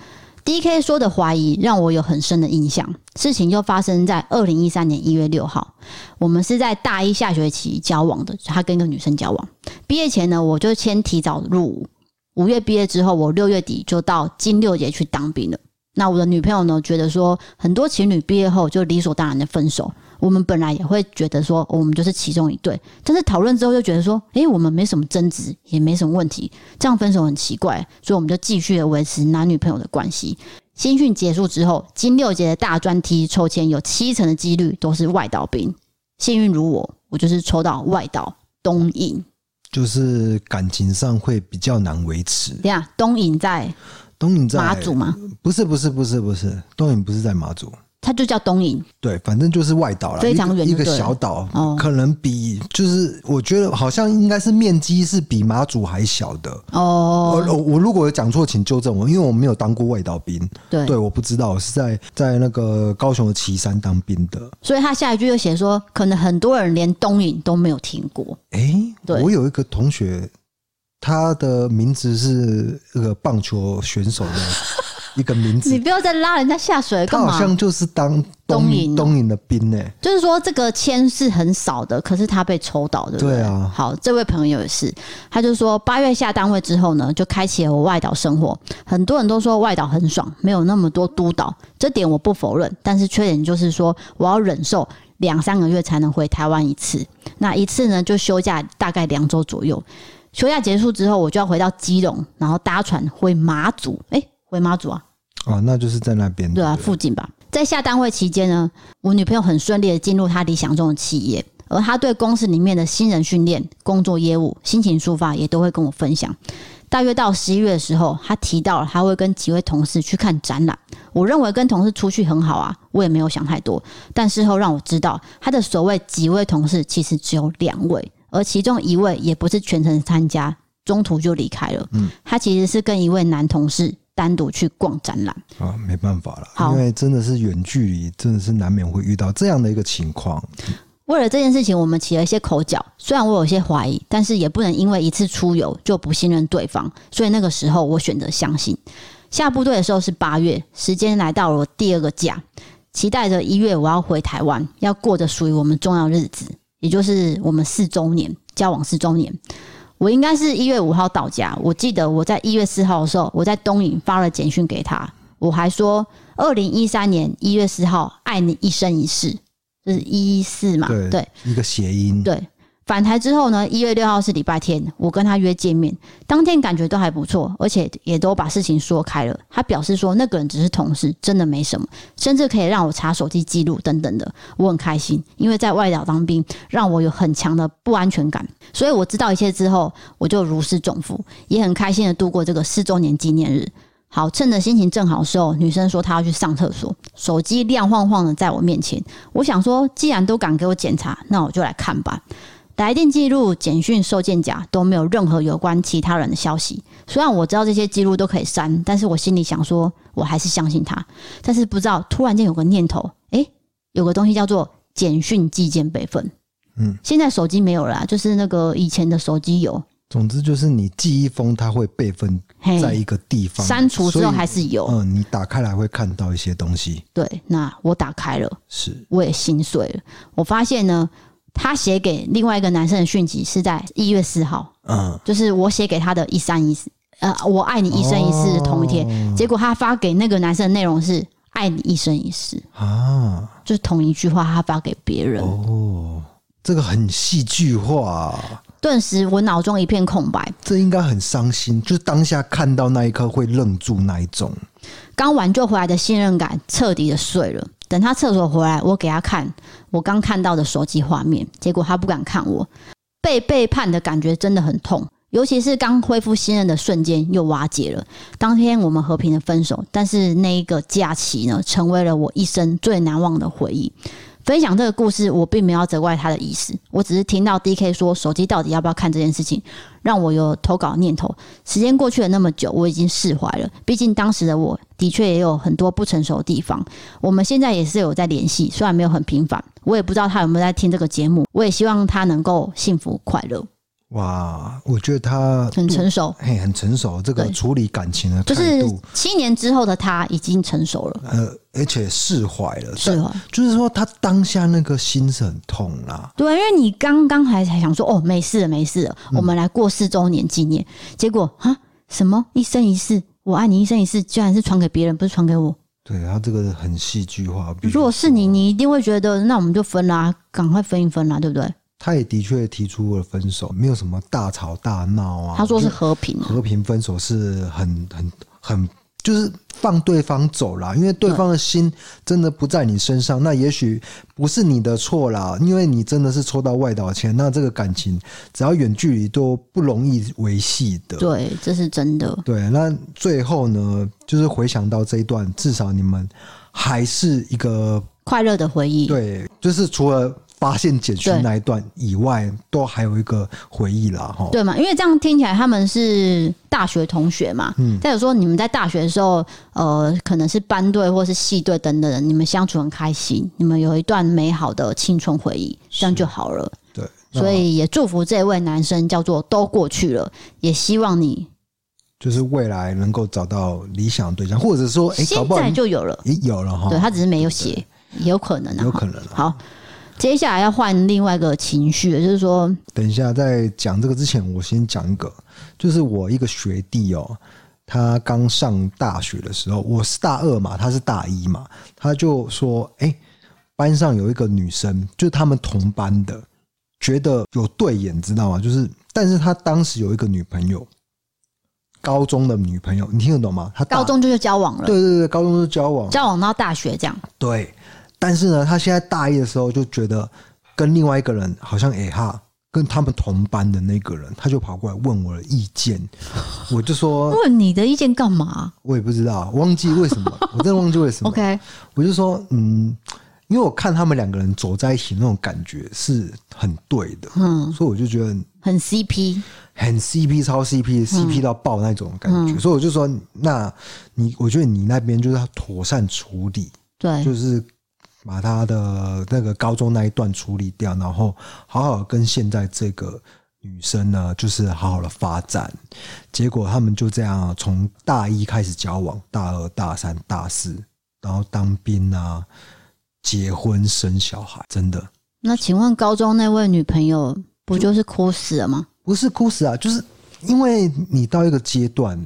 S1: D K 说的怀疑让我有很深的印象。事情就发生在二零一三年一月六号，我们是在大一下学期交往的。他跟一个女生交往，毕业前呢，我就先提早入伍。五月毕业之后，我六月底就到金六节去当兵了。那我的女朋友呢，觉得说很多情侣毕业后就理所当然的分手。我们本来也会觉得说、哦我们就是其中一对，但是讨论之后就觉得说，诶、我们没什么争执，也没什么问题，这样分手很奇怪，所以我们就继续的维持男女朋友的关系。新训结束之后，金六节的大专梯抽签有七成的几率都是外岛兵，幸运如我，我就是抽到外岛东引。
S2: 就是感情上会比较难维持。
S1: 等一下东引在
S2: 东影在
S1: 马祖吗？
S2: 不是不是不是不是，东影不是在马祖，
S1: 它就叫东营，
S2: 对，反正就是外岛了，
S1: 非常
S2: 一个
S1: 远
S2: 一
S1: 就
S2: 个
S1: 对了
S2: 小岛，
S1: 哦
S2: 可能比就是我觉得好像应该是面积是比马祖还小的。我
S1: 哦，
S2: 我我如果有讲错，请纠正我，因为我没有当过外岛兵，
S1: 对，
S2: 对，我不知道，我是在在那个高雄的旗山当兵的。
S1: 所以他下一句就写说，可能很多人连东影都没有听过，
S2: 诶，
S1: 对
S2: 哎我有一个同学，他的名字是那个棒球选手
S1: [laughs]
S2: 的一个名
S1: 你
S2: 字，
S1: 不要再拉人家下水了
S2: 他
S1: 干
S2: 好像
S1: 嘛？
S2: 就是当
S1: 东
S2: 东
S1: 营哦
S2: 东营的兵呢、
S1: 就是说这个签是很少的，可是他被抽到，对不对？
S2: 对啊
S1: 好，这位朋友也是，他就说八月下单位之后呢，就开启了我外岛生活。很多人都说外岛很爽，没有那么多督导，这点我不否认。但是缺点就是说，我要忍受两三个月才能回台湾一次，那一次呢就休假大概两周左右。休假结束之后，我就要回到基隆，然后搭船回马祖。诶，回马祖啊？
S2: 哦，那就是在那边。
S1: 对啊，
S2: 不
S1: 附近吧。在下单位期间呢，我女朋友很顺利的进入她理想中的企业，而她对公司里面的新人训练、工作业务、心情抒发也都会跟我分享。大约到十一月的时候，她提到了她会跟几位同事去看展览。我认为跟同事出去很好啊，我也没有想太多。但事后让我知道，她的所谓几位同事其实只有两位，而其中一位也不是全程参加，中途就离开了。嗯，她其实是跟一位男同事单独去逛展览。
S2: 对啊，没办法了，
S1: 好
S2: 因为真的是远距离，真的是难免会遇到这样的一个情况。
S1: 为了这件事情，我们起了一些口角。虽然我有些怀疑，但是也不能因为一次出游就不信任对方，所以那个时候我选择相信。下部队的时候是八月，时间来到了我第二个假，期待着一月我要回台湾，要过着属于我们重要日子，也就是我们四周年交往四周年。我应该是一月五号到家，我记得我在一月四号的时候，我在东影发了简讯给他，我还说二零一三年一月四号爱你一生一世，就是一四嘛，
S2: 对
S1: 啊对，
S2: 一个谐音，
S1: 对，返台之后呢，一月六号是礼拜天，我跟他约见面，当天感觉都还不错，而且也都把事情说开了。他表示说那个人只是同事，真的没什么，甚至可以让我查手机记录等等的，我很开心，因为在外岛当兵让我有很强的不安全感，所以我知道一切之后，我就如释重负，也很开心的度过这个四周年纪念日。好，趁着心情正好的时候，女生说她要去上厕所，手机亮晃晃的在我面前。我想说，既然都敢给我检查，那我就来看吧。来电记录、简讯、收件夹都没有任何有关其他人的消息。虽然我知道这些记录都可以删，但是我心里想说，我还是相信他。但是不知道，突然间有个念头，诶、有个东西叫做简讯寄件备份。
S2: 嗯，
S1: 现在手机没有了啊，就是那个以前的手机有，
S2: 总之就是你记忆封它会备份在
S1: 嘿，
S2: 一个地方，
S1: 删除之后还
S2: 所
S1: 是有。
S2: 以嗯，你打开来会看到一些东西，
S1: 对，那我打开了，
S2: 是
S1: 我也心碎了。我发现呢，他写给另外一个男生的讯息是在一月四号，
S2: 嗯，
S1: 就是我写给他的一三一四，呃，我爱你一生一世的同一天。
S2: 哦
S1: 结果他发给那个男生的内容是“爱你一生一世
S2: 啊，”，
S1: 就是同一句话，他发给别人。
S2: 哦，这个很戏剧化啊，
S1: 顿时我脑中一片空白。
S2: 这应该很伤心，就是当下看到那一刻会愣住那一种，
S1: 刚挽救回来的信任感彻底的碎了。等他厕所回来，我给他看我刚看到的手机画面，结果他不敢看我，被背叛的感觉真的很痛。尤其是刚恢复信任的瞬间又瓦解了。当天我们和平的分手，但是那一个假期呢，成为了我一生最难忘的回忆。分享这个故事，我并没有要责怪他的意思，我只是听到 D K 说手机到底要不要看这件事情，让我有投稿念头。时间过去了那么久，我已经释怀了。毕竟当时的我的确也有很多不成熟的地方。我们现在也是有在联系，虽然没有很频繁，我也不知道他有没有在听这个节目。我也希望他能够幸福快乐，
S2: 哇，我觉得他
S1: 很成熟，
S2: 嘿很成熟，这个
S1: 对
S2: 处理感情的
S1: 就
S2: 态
S1: 是
S2: 度，
S1: 七年之后的他已经成熟了，
S2: 呃，而且释怀了，
S1: 是
S2: 但
S1: 哦。
S2: 就是说他当下那个心是很痛啦、
S1: 对，因为你刚刚还才想说哦，没事了，没事了，
S2: 嗯
S1: 我们来过四周年纪念。结果啊，什么一生一世，我爱你一生一世，居然是传给别人，不是传给我。
S2: 对他这个很戏剧化。必须
S1: 如果是你，你一定会觉得那我们就分啦，赶快分一分啦，对不对？
S2: 他也的确提出了分手，没有什么大吵大闹啊。
S1: 他说是
S2: 我觉
S1: 和平
S2: 得
S1: 啊，
S2: 和平分手是很很很就是放对方走啦，因为对方的心真的不在你身上，那也许不是你的错啦，因为你真的是抽到外岛签，那这个感情只要远距离都不容易维系的。
S1: 对，这是真的。
S2: 对，那最后呢，就是回想到这一段，至少你们还是一个
S1: 快乐的回忆，
S2: 对，就是除了发现简讯
S1: 对
S2: 那一段以外，都还有一个回忆啦，哈。
S1: 对嘛？因为这样听起来他们是大学同学嘛。
S2: 嗯
S1: 再有说你们在大学的时候，呃，可能是班队或是系队等等的，你们相处很开心，你们有一段美好的青春回忆，这样就好了。
S2: 对，那
S1: 所以也祝福这位男生叫做都过去了，也希望你
S2: 就是未来能够找到理想的对象，或者说，哎、搞
S1: 现
S2: 不好哦
S1: 在就有了。
S2: 也有了哈，
S1: 对他只是没有写，也有可能啊。
S2: 有可能啊。
S1: 好，接下来要换另外一个情绪，也就是说，
S2: 等一下在讲这个之前，我先讲一个，就是我一个学弟哦，他刚上大学的时候，我是大二嘛，他是大一嘛，他就说，哎、班上有一个女生，就是他们同班的，觉得有对眼，知道吗？就是，但是他当时有一个女朋友，高中的女朋友，你听得懂吗？他大
S1: 高。中就就交往了，
S2: 对对对，高中就交往，
S1: 交往到大学这样。
S2: 对，但是呢，他现在大一的时候就觉得跟另外一个人好像哎哈，跟他们同班的那个人，他就跑过来问我的意见，我就说
S1: 问你的意见干嘛
S2: 我也不知道，忘记为什么，我真的忘记为什么。
S1: ？OK，
S2: 我就说嗯，因为我看他们两个人走在一起那种感觉是很对的，
S1: 嗯，
S2: 所以我就觉得
S1: 很 CP，
S2: 很 CP 超 CP，CP 到爆那种感觉，所以我就说，那你我觉得你那边就是要妥善处理，
S1: 对，
S2: 就是把他的那个高中那一段处理掉，然后好好跟现在这个女生呢，就是好好的发展。结果他们就这样从大一开始交往，大二、大三、大四，然后当兵啊，结婚生小孩，真的
S1: 那请问高中那位女朋友不就是哭死了吗？
S2: 不是哭死啊，就是因为你到一个阶段。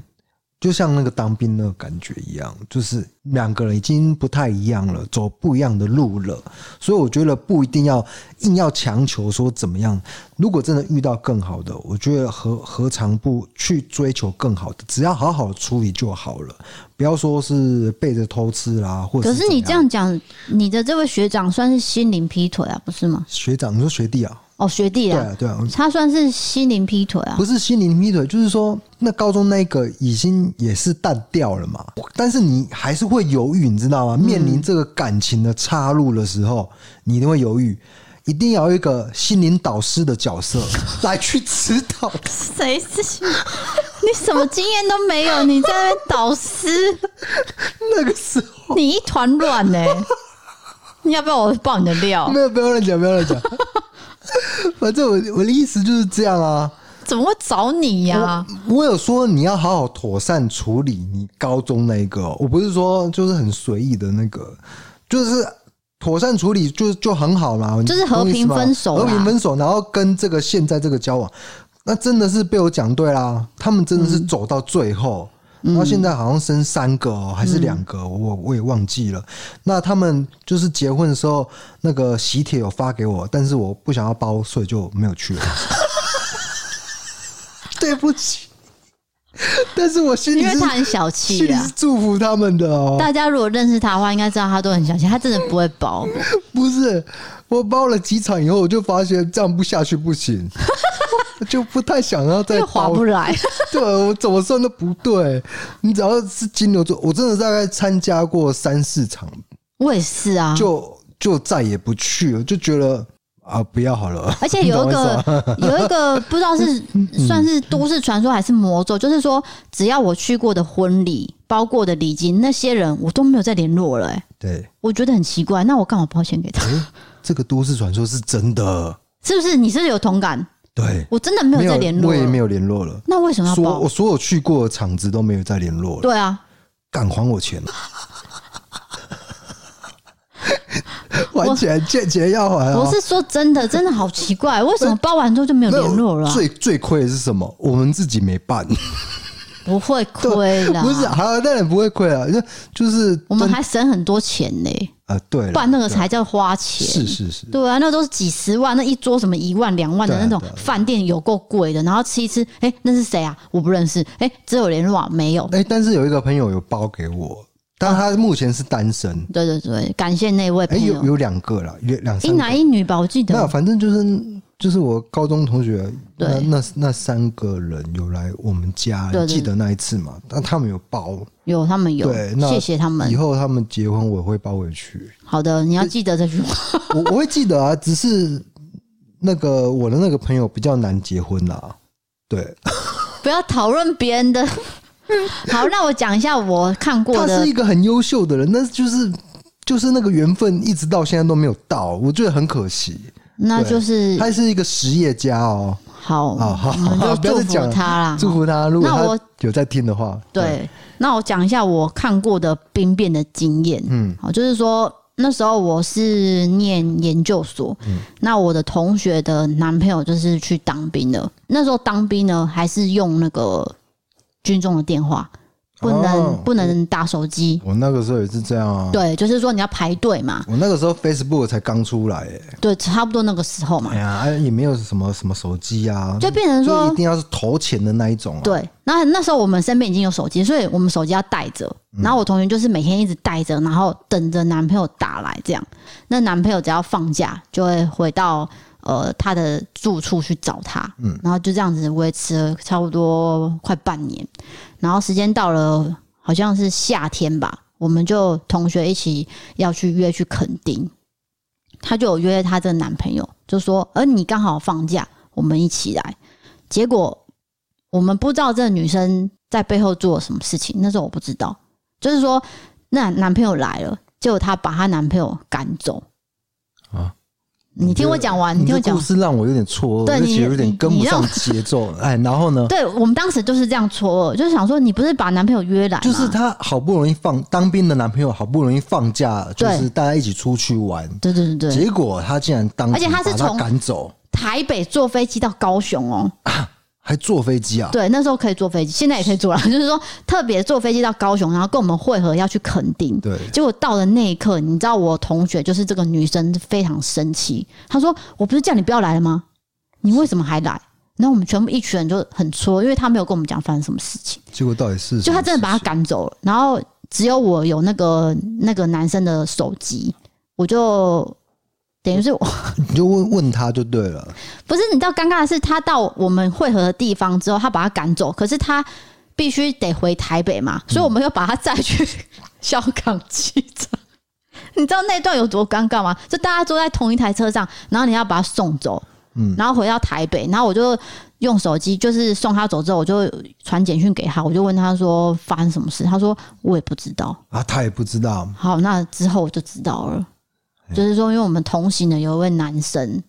S2: 就像那个当兵那个感觉一样，就是两个人已经不太一样了，走不一样的路了。所以我觉得不一定要硬要强求说怎么样。如果真的遇到更好的，我觉得何何尝不去追求更好的？只要好好处理就好了，不要说是背着偷吃啦，或者
S1: 可是你
S2: 怎
S1: 这样讲，你的这位学长算是心灵劈腿啊，不是吗？
S2: 学长，你说学弟啊，
S1: 哦，学弟
S2: 对
S1: 啊，
S2: 啊对啊，
S1: 他算是心灵劈腿啊
S2: 不。是心灵劈腿，就是说那高中那个已经也是淡掉了嘛，但是你还是会犹豫，你知道吗？面临这个感情的岔路的时候，你一定会犹豫。一定要有一个心灵导师的角色来去指导
S1: [laughs] 谁是心？你什么经验都没有，你在那边导师，
S2: 那个时候，
S1: 你一团乱 [laughs] 呢。你要不要我爆你的料
S2: 没？有，不要乱讲，不要乱讲。 [laughs] 反正我我的意思就是这样啊。
S1: 怎么会找你呀、
S2: 我有说你要好好妥善处理你高中那个哦、我不是说就是很随意的那个，就是妥善处理就就很好啦，
S1: 就是
S2: 你懂我意思吗
S1: 和平分手啦
S2: 和平分手，然后跟这个现在这个交往，那真的是被我讲对啦，他们真的是走到最后。
S1: 嗯
S2: 然后现在好像生三个哦，还是两个，我我也忘记了。那他们就是结婚的时候，那个喜帖有发给我，但是我不想要包，所以就没有去了。 [laughs] 对不起，但是我心里
S1: 因为
S2: 是
S1: 他很小
S2: 心
S1: 气
S2: 里
S1: 啊
S2: 是。祝福他们的哦。
S1: 大家如果认识他的话，应该知道他都很小气，他真的不会包。
S2: 不是，我包了几场以后，我就发现这样不下去
S1: [laughs]
S2: 不行，就不太想要再
S1: 又划
S2: 包
S1: 不来。
S2: 对我怎么算都不对。你只要是金牛座，我真的大概参加过三四场，
S1: 我也是啊，
S2: 就就再也不去了，就觉得啊，不要好了。
S1: 而且
S2: [laughs] 你
S1: 有
S2: 懂
S1: 一
S2: 我意思
S1: 个
S2: 吗
S1: 有一个不知道是
S2: 嗯
S1: 算是都市传说还是魔咒，就是说只要我去过的婚礼、包过的礼金，那些人我都没有再联络了、欸，
S2: 对，
S1: 我觉得很奇怪。那我干嘛包钱给
S2: 嗯
S1: 他？
S2: 这个都市传说是真的。
S1: 是不是？你是不是有同感？
S2: 对，
S1: 我真的没有再联络
S2: 我也
S1: 了
S2: 没有联络了。
S1: 那为什么要
S2: 所
S1: 包
S2: 我？所有去过的场子都没有再联络了，
S1: 对啊，
S2: 敢还
S1: [laughs]
S2: 我钱吗？还钱，欠钱要还啊！
S1: 我是说真的，真的好奇怪，为什么包完之后就没有
S2: 没有
S1: 联络了啊、
S2: 最最亏的是什么？我们自己没办，
S1: 不会亏啦。
S2: 不是，啊好，当然不会亏啊，就就是
S1: 啊我们还省很多钱呢、
S2: 啊，对啦，
S1: 不然那个
S2: 对
S1: 才叫花钱。
S2: 是是是，
S1: 对啊，那都是几十万，那一桌什么一万、两万的
S2: 对啊
S1: 那种
S2: 对啊对
S1: 饭店有够贵的，然后吃一吃，哎、那是谁啊？我不认识，哎、只有联络网没有。
S2: 哎、但是有一个朋友有包给我，但他目前是单身，
S1: 对对对，感谢那位
S2: 哎、
S1: 朋友
S2: 有，有两个啦，有两
S1: 哎一
S2: 三个
S1: 男，一女吧，我记
S2: 那
S1: 得。
S2: 反正就是就是我高中同学，
S1: 对
S2: 那那那三个人有来我们家，
S1: 对对
S2: 你记得那一次嘛？但他们有包，
S1: 有他们有
S2: 对，那
S1: 谢谢他
S2: 以
S1: 们。
S2: 后他们结婚我会包回去，
S1: 好的，你要记得这句
S2: [laughs]
S1: 话。
S2: 我我会记得啊，只是那个我的那个朋友比较难结婚啦。对，
S1: 不要讨论别人
S2: [laughs]
S1: 的。好，那我讲一下我看过
S2: 他
S1: 的
S2: 是一个很优秀的人，但是就是就是那个缘分一直到现在都没有到，我觉得很可惜。
S1: 那就是
S2: 他是一个实业家哦，
S1: 好，
S2: [laughs] 哦好
S1: 我们
S2: 好
S1: 就
S2: 不
S1: 嗯
S2: 要
S1: 祝
S2: 再讲
S1: 福
S2: 了
S1: 他啦。
S2: 祝福他。如果
S1: 那我
S2: 他有在听的话，
S1: 对，那我讲一下我看过的兵变的经验。嗯，好，就是说那时候我是念研究所，
S2: 嗯
S1: 那我的同学的男朋友就是去当兵的。那时候当兵呢，还是用那个军中的电话，不能、
S2: 哦
S1: 不能打手机。
S2: 我那个时候也是这样啊。
S1: 对，就是说你要排队嘛，
S2: 我那个时候 Facebook 才刚出来、欸，
S1: 对，差不多那个时候嘛
S2: 哎，呀，啊也没有什么什么手机啊，
S1: 就变成
S2: 就
S1: 说
S2: 一定要是投钱的那一种、啊。，
S1: 对，那那时候我们身边已经有手机，所以我们手机要带着。然后我同学就是每天一直带着，然后等着男朋友打来这样。那男朋友只要放假，就会回到呃他的住处去找她。嗯，然后就这样子维持了差不多快半年。然后时间到了，好像是夏天吧，我们就同学一起要去约去垦丁。她就有约她这个男朋友，就说：“呃，你刚好放假，我们一起来。”结果我们不知道这个女生在背后做了什么事情，那时候我不知道，就是说那男朋友来了，结果她把她男朋友赶走
S2: 啊。
S1: 你听我讲啊完，你听我
S2: 这
S1: 讲
S2: 故
S1: 完。
S2: 事让我有点错愕，
S1: 对
S2: 而
S1: 你
S2: 且有点跟不上节奏。
S1: [laughs]
S2: 哎，然后呢，
S1: 对啊我们当时就是这样错愕，就是想说你不是把男朋友约来吗？
S2: 就是她好不容易放当兵的男朋友好不容易放假，就
S1: 对
S2: 是大家一起出去玩，
S1: 对对对对，
S2: 结果她竟然当，
S1: 而且她是从
S2: 赶走，
S1: 台北坐飞机到高雄哦，
S2: 啊还坐飞机啊？
S1: 对，那时候可以坐飞机，现在也可以坐了。 [laughs] 就是说，特别坐飞机到高雄，然后跟我们会合要去垦丁。
S2: 对
S1: 结果到了那一刻，你知道我同学就是这个女生非常生气，她说：“我不是叫你不要来了吗？你为什么还来？”然后我们全部一群人就很戳，因为她没有跟我们讲发生什么事情，
S2: 结果到底是
S1: 就她真的把她
S2: 他
S1: 赶走了。然后只有我有那个那个男生的手机，我就等于是我
S2: 你就问问他就对了，
S1: 不是，你知道尴尬的是，他到我们会合的地方之后，他把他赶走，可是他必须得回台北嘛，所以我们又把他载去 [laughs] 香港机场。你知道那段有多尴尬吗？就大家坐在同一台车上，然后你要把他送走，嗯，然后回到台北，然后我就用手机，就是送他走之后，我就传简讯给他，我就问他说发生什么事，他说我也不知道。
S2: 啊，他也不知道，
S1: 好，那之后我就知道了，
S2: 哎
S1: 就是说，因为我们同行的有一位男生，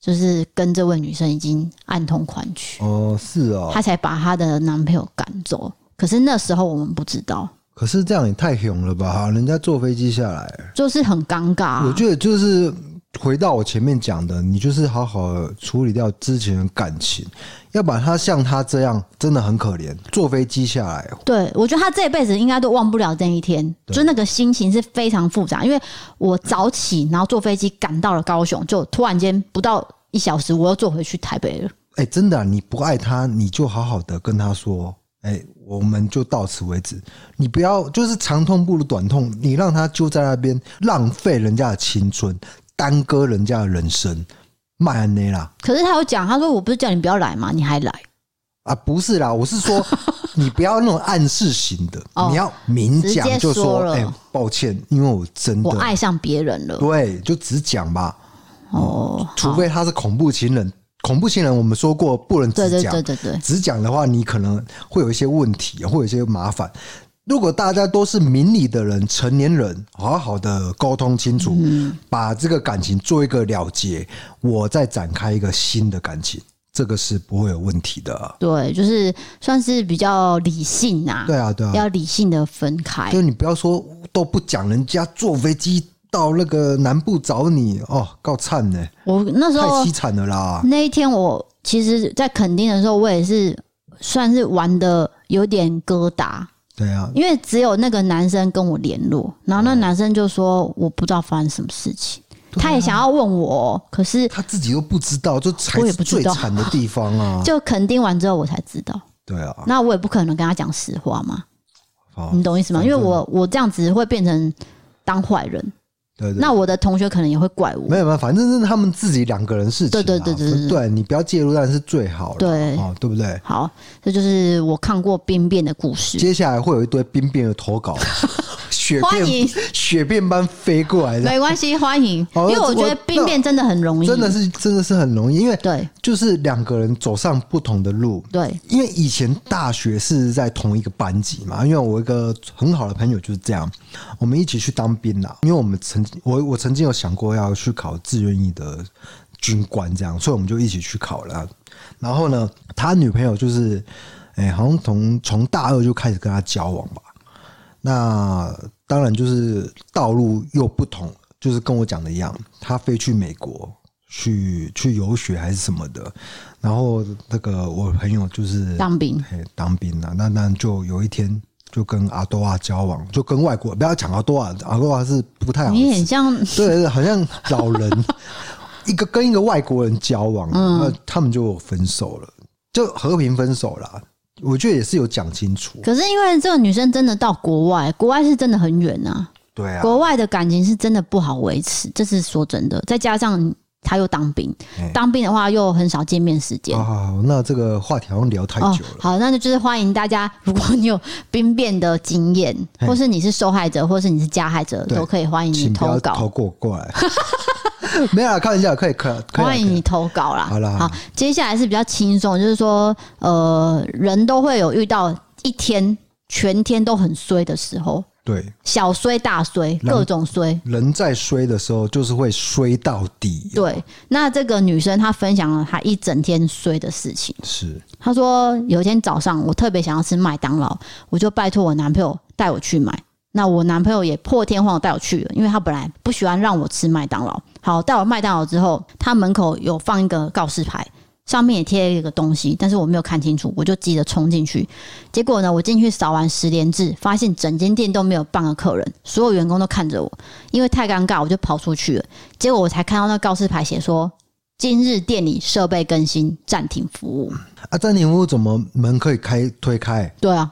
S1: 就是跟这位女生已经暗通款曲，
S2: 哦，是哦
S1: 他，才把她的男朋友赶走。可是那时候我们不知道，
S2: 可是这样也太勇了吧？人家坐飞机下来，
S1: 就是很尴尬、啊
S2: 我觉得就是回到我前面讲的，你就是好好处理掉之前的感情，要不然他像他这样真的很可怜，坐飞机下来，
S1: 对，我觉得他这辈子应该都忘不了那一天，就那个心情是非常复杂。因为我早起，然后坐飞机赶到了高雄，就突然间不到一小时，我又坐回去台北了。
S2: 哎、真的啊、你不爱他，你就好好的跟他说，哎、我们就到此为止，你不要就是长痛不如短痛，你让他就在那边浪费人家的青春，耽搁人家的人生，卖安内啦。
S1: 可是他有讲，他说我不是叫你不要来嘛，你还来。
S2: 啊，不是啦，我
S1: [laughs]
S2: 是说，你不要那种暗示型的，
S1: 哦
S2: 你要明讲
S1: 直接，
S2: 就
S1: 说了
S2: 哎、抱歉，因为我真的
S1: 我爱上别人了。
S2: 对，就只讲吧，
S1: 哦，
S2: 除
S1: 好
S2: 非他是恐怖情人。恐怖情人我们说过不能
S1: 对
S2: 只
S1: 对
S2: 讲，
S1: 对对对，
S2: 只讲的话，你可能会有一些问题，会有一些麻烦。如果大家都是明理的人，成年人，好好的沟通清楚，
S1: 嗯
S2: 把这个感情做一个了结，我再展开一个新的感情，这个是不会有问题的。
S1: 对，就是算是比较理性呐、
S2: 对啊，对啊，
S1: 要理性的分开
S2: 就。是你不要说都不讲，人家坐飞机到那个南部找你哦，够惨呢，
S1: 我那时
S2: 太
S1: 候
S2: 凄惨了啦。
S1: 那一天，我其实在垦丁的时候，我也是算是玩的有点疙瘩，
S2: 对啊，
S1: 因为只有那个男生跟我联络，然后那男生就说我不知道发生什么事情，
S2: 啊
S1: 他也想要问我，可是
S2: 他自己都不知道，这才
S1: 我也
S2: 是
S1: 不知
S2: 最
S1: 道
S2: 惨的地方
S1: [laughs]
S2: 啊！
S1: 就肯定完之后我才知道，
S2: 对啊，哦
S1: 那我也不可能跟他讲实话嘛，
S2: 好，
S1: 你懂意思吗？
S2: 啊反
S1: 因为
S2: 正
S1: 我我这样子会变成当坏人，
S2: 对对
S1: 那我的同学可能也会怪我
S2: 没，有没有，反正是他们自己两个人事情
S1: 对
S2: 啊。
S1: 对对对对对
S2: 对你不要介入，当然是最好了。
S1: 对
S2: 哦，对不对？
S1: 好，这就是我看过兵变的故事。
S2: 接下来会有一堆兵变的
S1: [laughs]
S2: 投稿，雪
S1: 欢迎
S2: 片雪片般飞过来的，
S1: 没关系，欢迎，因
S2: 好
S1: 为我
S2: 那
S1: 觉得
S2: 我
S1: 兵变真的很容易，
S2: 真的是真的是很容易，因为
S1: 对
S2: 就是两个人走上不同的路。
S1: 对
S2: 因为以前大学是在同一个班级嘛，因为我一个很好的朋友就是这样，我们一起去当兵啦。因为我们曾经我我曾经有想过要去考志愿役的军官这样，所以我们就一起去考了。然后呢，他女朋友就是，哎、好像从从大二就开始跟他交往吧。那当然就是道路又不同，就是跟我讲的一样，他飞去美国去去游学还是什么的，然后那个我朋友就是
S1: 当兵，
S2: 嘿当兵啊，那那就有一天就跟阿多瓦交往，就跟外国不要讲阿多瓦，阿多瓦是不太好
S1: 你很
S2: 吃，
S1: 像
S2: 对，对好像老人 [laughs] 一个跟一个外国人交往，
S1: 嗯
S2: 那他们就分手了，就和平分手啦。我觉得也是有讲清楚，
S1: 可是因为这个女生真的到国外，国外是真的很远啊，
S2: 对啊，
S1: 国外的感情是真的不好维持，这是说真的。再加上她又当兵，当兵的话又很少见面时间。
S2: 啊，那这个话题好像聊太
S1: 哦
S2: 久了，，
S1: 好，那就是欢迎大家，如果你有兵变的经验，
S2: 嘿
S1: 或是你是受害者，或是你是加害者，
S2: 对
S1: 都可以欢迎你
S2: 请不
S1: 投
S2: 要投
S1: 稿，
S2: 过过来。 [laughs] 没有啊啦，开玩笑，可以，可以，可以啦啊
S1: 欢迎
S2: 可以
S1: 你投稿啦。
S2: 好啦好啦
S1: 接下来是比较轻松，就是说，呃，人都会有遇到一天全天都很衰的时候，
S2: 对，
S1: 小衰大衰，各种衰。
S2: 人在衰的时候就是会衰到底，
S1: 对，那这个女生她分享了她一整天衰的事情。
S2: 是
S1: 她说有一天早上，我特别想要吃麦当劳，我就拜托我男朋友带我去买。那我男朋友也破天荒地带我去了，因为他本来不喜欢让我吃麦当劳。好，到了麦当劳之后，他门口有放一个告示牌，上面也贴了一个东西，但是我没有看清楚，我就急着冲进去。结果呢，我进去扫完十连制，发现整间店都没有半个客人，所有员工都看着我，因为太尴尬，我就跑出去了。结果我才看到那告示牌写说。今日店里设备更新，暂停服务。
S2: 啊。暂停屋怎么门可以开推开？
S1: 对啊，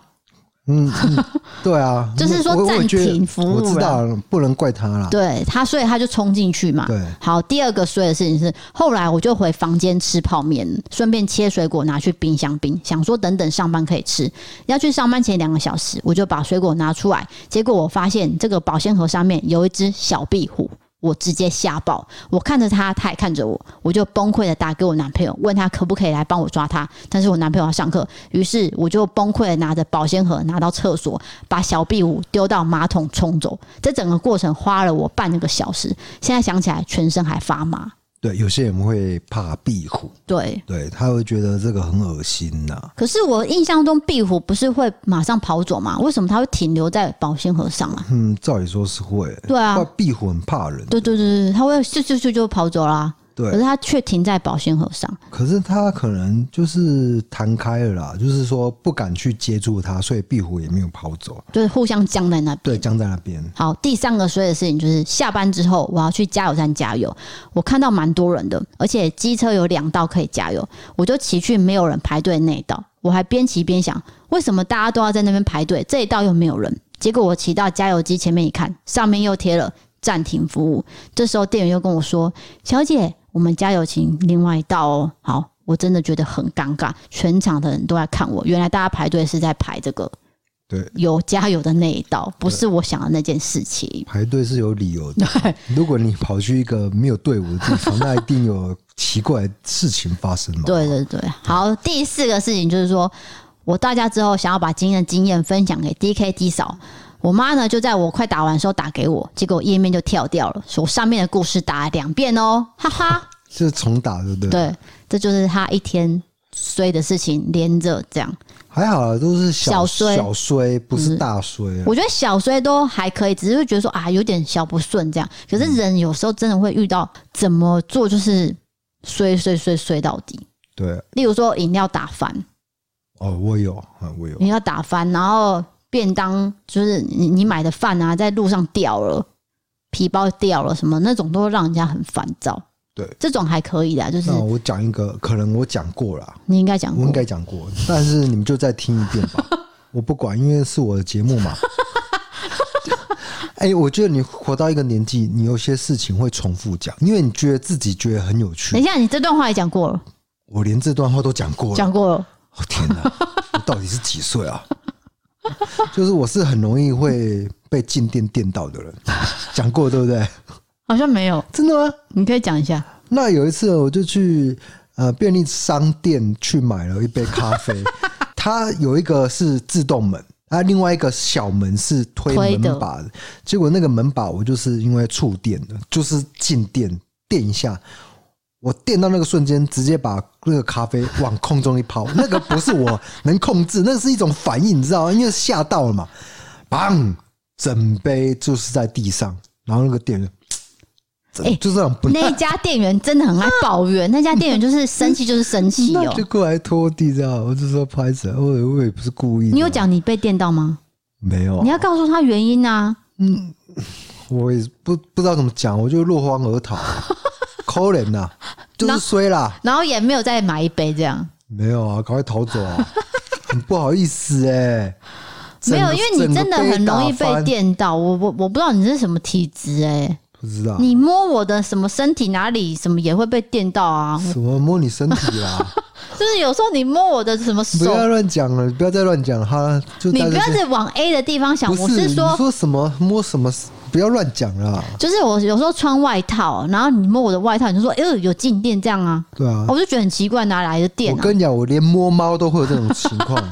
S2: 嗯，嗯对啊，
S1: 就是说
S2: 我我也觉得
S1: 暂停服务啊
S2: 我知道了，不能怪他啦。
S1: 对他，所以他就冲进去嘛。
S2: 对
S1: 好，第二个衰的事情是，后来我就回房间吃泡面，顺便切水果拿去冰箱冰，想说等等上班可以吃。要去上班前两个小时，我就把水果拿出来，结果我发现这个保鲜盒上面有一只小壁虎。我直接吓爆，我看着他，他也看着我，我就崩溃的打给我男朋友，问他可不可以来帮我抓他。但是我男朋友要上课，于是我就崩溃的拿着保鲜盒拿到厕所，把小壁虎丢到马桶冲走。这整个过程花了我半个小时，现在想起来全身还发麻。
S2: 对，有些人会怕壁虎，
S1: 对，
S2: 对他会觉得这个很恶心呐、
S1: 可是我印象中壁虎不是会马上跑走吗？为什么它会停留在保鲜盒上啊？
S2: 嗯，照理说是会，
S1: 对啊
S2: 怕壁虎很怕人，
S1: 对对对对，它会咻咻咻就跑走啦。可是
S2: 对。
S1: 它却停在保鲜盒上。
S2: 可是他可能就是弹开了啦，就是说不敢去接触它，所以壁虎也没有跑走，
S1: 就是互相僵在那边。
S2: 对，僵在那边。
S1: 好，第三个衰的事情就是下班之后，我要去加油站加油。我看到蛮多人的，而且机车有两道可以加油，我就骑去没有人排队的那一道。我还边骑边想，为什么大家都要在那边排队？这一道又没有人。结果我骑到加油机前面一看，上面又贴了暂停服务。这时候店员又跟我说：“小姐，我们加油请另外一道哦。”好，我真的觉得很尴尬，全场的人都在看我。原来大家排队是在排这个
S2: 对，
S1: 有加油的那一道，不是我想的那件事情。
S2: 排队是有
S1: [laughs]
S2: 理由的。如果你跑去一个没有队伍的地方，那一定有奇怪的事情发生嘛。
S1: 对对对，好，第四个事情就是说，我到家之后想要把今天的经验分享给 D K D 嫂。我妈呢，就在我快打完的时候打给我，结果页面就跳掉了，说上面的故事打了两遍哦，哈哈。
S2: 就是重打，对不对？，
S1: 对，这就是她一天衰的事情连着这样。
S2: 还好啦，啊都是
S1: 小
S2: 小
S1: 衰
S2: 小衰，不是大衰啊。
S1: 我觉得小衰都还可以，只是会觉得说啊，有点小不顺这样。可是人有时候真的会遇到怎么做就是衰衰衰衰到底，
S2: 对，
S1: 例如说饮料打翻，
S2: 哦，我有啊，我有。
S1: 你要打翻，然后便当就是你你买的饭啊，在路上掉了，皮包掉了什么那种，都会让人家很烦躁。
S2: 对，
S1: 这种还可以的，就是
S2: 那我讲一个，可能我讲过啦，
S1: 你应该讲
S2: 我
S1: 过
S2: 应，该讲过，但是你们就再听一遍 [laughs] 吧。我不管，因为是我的节目 [laughs] 嘛。哎、我觉得你活到一个年纪，你有些事情会重复讲，因为你觉得自己觉得很有
S1: 等
S2: 趣
S1: 一。下，你这段话也讲过了，
S2: 我连这段话都讲过了，
S1: 讲过了，
S2: 哦天哪，我到底是几岁啊？ [laughs] 就是我是很容易会被静电电到的人，讲过对不对？
S1: 好像没有，
S2: 真的吗？
S1: 你可以讲一下。
S2: 那有一次我就去呃便利商店去买了一杯咖啡，
S1: [laughs]
S2: 它有一个是自动门，啊，另外一个小门是推
S1: 推
S2: 门
S1: 的
S2: 把的。结果那个门把我就是因为触电的，就是静电电一下，我电到那个瞬间，直接把那个咖啡往空中一
S1: [laughs]
S2: 抛，那个不是我能控制，那是一种反应，你知道吗？因为吓到了嘛，砰，整杯就是在地上，然后那个店员。
S1: 哎
S2: 就是那种不
S1: 那一家店员真的很爱抱怨，那家店员就是生气就是生气
S2: 那
S1: 哦
S2: 就。过来拖地这样，我就说拍手，我我也不是故意的。
S1: 你有讲你被电到吗？
S2: 没有啊？
S1: 你要告诉他原因啊。
S2: 我也不不知道怎么讲，我就落荒而逃，啊
S1: [laughs]
S2: 抠人呐，啊就是衰啦，
S1: 然后也没有再买一杯这样，
S2: 没有啊，赶快逃
S1: [laughs]
S2: 走啊，很不好意思哎、整
S1: 没
S2: 个
S1: 有，因为你真的很容易被，
S2: 整个啊打翻
S1: 电到。我我我不知道你是什么体质哎、
S2: 不知道
S1: 你摸我的什么身体哪里什么也会被电到啊，
S2: 什么摸你身
S1: [laughs]
S2: 体啦，
S1: 就是有时候你摸我的什么
S2: 不
S1: 手，
S2: 要乱讲了，不要再乱讲了哈，就
S1: 你
S2: 大
S1: 不
S2: 家
S1: 要
S2: 先
S1: 是往 A 的地方想，
S2: 不
S1: 我
S2: 是
S1: 是
S2: 你
S1: 说。
S2: 说什么摸什么，不要乱讲啦，
S1: 就是我有时候穿外套，然后你摸我的外套，你就说：“哎、呦，有静电这样啊！”
S2: 对啊，
S1: 我就觉得很奇怪，哪来的电
S2: 我
S1: 啊？
S2: 跟你讲，我连摸猫都会有这种情
S1: [laughs]
S2: 况，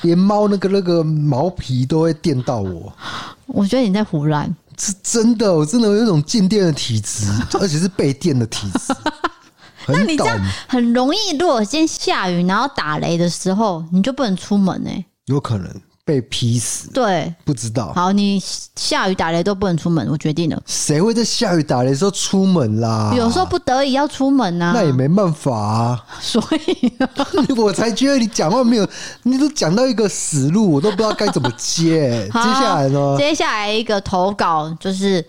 S2: 连猫那个那个毛皮都会电到我，
S1: [laughs] 我觉得你在胡乱。
S2: 是真的，我真的有一种静电的体质，而且是被电的体质。
S1: [laughs] 那
S2: 很
S1: 你这
S2: 倒
S1: 样
S2: 霉，
S1: 很容易，如果今天下雨，然后打雷的时候，你就不能出门哎、
S2: 有可能被劈死，
S1: 对，
S2: 不知道
S1: 好，你下雨打雷都不能出门，我决定了。
S2: 谁会在下雨打雷的时候出门啦？
S1: 有时候不得已要出门呐、
S2: 那也没办法啊，
S1: 所以呢
S2: [laughs] 我才觉得你讲话没有，你都讲到一个死路，我都不知道该怎么接。接
S1: [laughs] 好
S2: 下来呢？
S1: 接下来一个投稿就是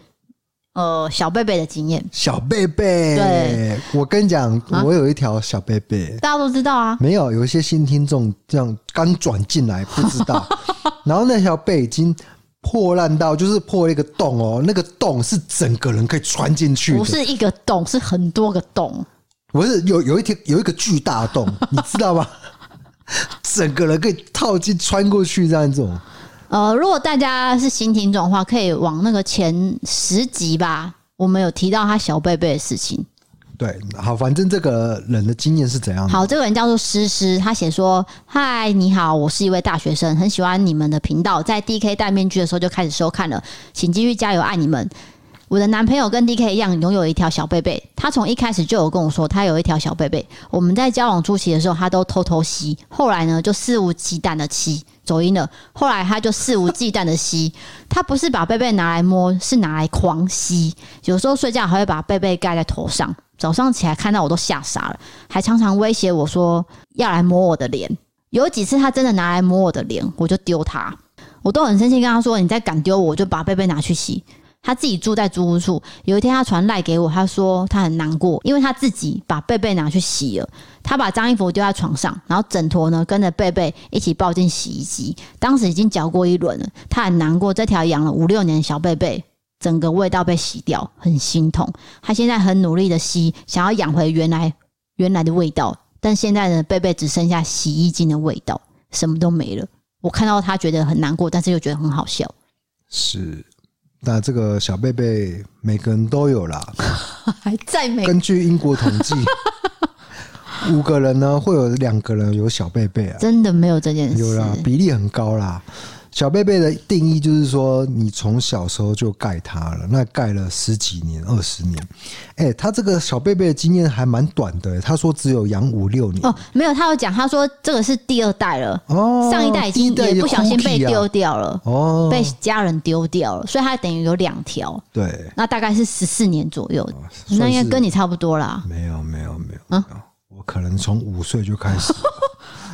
S1: 呃小贝贝的经验，
S2: 小贝贝
S1: 对，
S2: 我跟你讲，
S1: 啊
S2: 我有一条小贝贝，
S1: 大家都知道啊，
S2: 没有，有一些新听众这样刚转进来不知
S1: [laughs]
S2: 道，然后那条背已经破烂到就是破了一个洞哦，那个洞是整个人可以穿进去
S1: 不
S2: 的，
S1: 是一个洞，是很多个洞。
S2: 不是有有一条有一个巨大的洞，你知道吗？ [laughs] 整个人可以套进穿过去这样一种，
S1: 呃，如果大家是新听众的话，可以往那个前十集吧，我们有提到他小贝贝的事情。
S2: 对，好，反正这个人的经验是怎样的？
S1: 好，这个人叫做诗诗，他写说：“嗨，你好，我是一位大学生，很喜欢你们的频道，在 DK 戴面具的时候就开始收看了，请继续加油，爱你们。”我的男朋友跟 DK 一样拥有一条小贝贝，他从一开始就有跟我说他有一条小贝贝。我们在交往初期的时候，他都偷偷吸，后来呢就肆无忌惮的吸，走音了。后来他就肆无忌惮的吸，他不是把贝贝拿来摸，是拿来狂吸。有时候睡觉还会把贝贝盖在头上，早上起来看到我都吓傻了，还常常威胁我说要来摸我的脸。有几次他真的拿来摸我的脸，我就丢他，我都很生气，跟他说：“你再敢丢我，我就把贝贝拿去洗。”他自己住在租屋处，有一天他传赖给我，他说他很难过，因为他自己把贝贝拿去洗了。他把脏衣服丢在床上，然后枕头呢跟着贝贝一起抱进洗衣机。当时已经搅过一轮了，他很难过，这条养了五六年的小贝贝，整个味道被洗掉，很心痛。他现在很努力的吸，想要养回原来原来的味道，但现在呢，贝贝只剩下洗衣精的味道，什么都没了。我看到他觉得很难过，但是又觉得很好笑。
S2: 是，那这个小贝贝每个人都有啦，
S1: 还在美
S2: 根据英国统
S1: [laughs]
S2: 计，五个人呢会有两个人有小贝贝啊，
S1: 真的没有这件
S2: 有
S1: 事，
S2: 啦，比例很高啦。小贝贝的定义就是说，你从小时候就盖它了，那盖了十几年、二十年。哎、他这个小贝贝的经验还蛮短的、他说只有养五六年
S1: 哦，没有，他有讲，他说这个是第二代了，
S2: 哦
S1: 上一代已经
S2: 第一代
S1: 也不小心被
S2: 也
S1: 丢
S2: hooky 啊
S1: 掉了，
S2: 哦，
S1: 被家人丢掉了，所以他等于有两条，
S2: 对，
S1: 那大概是十四年左右，
S2: 哦算
S1: 那应该
S2: 是
S1: 跟你差不多啦。啊 [laughs]
S2: 没有没有没有没有，我可能从五岁就开始了，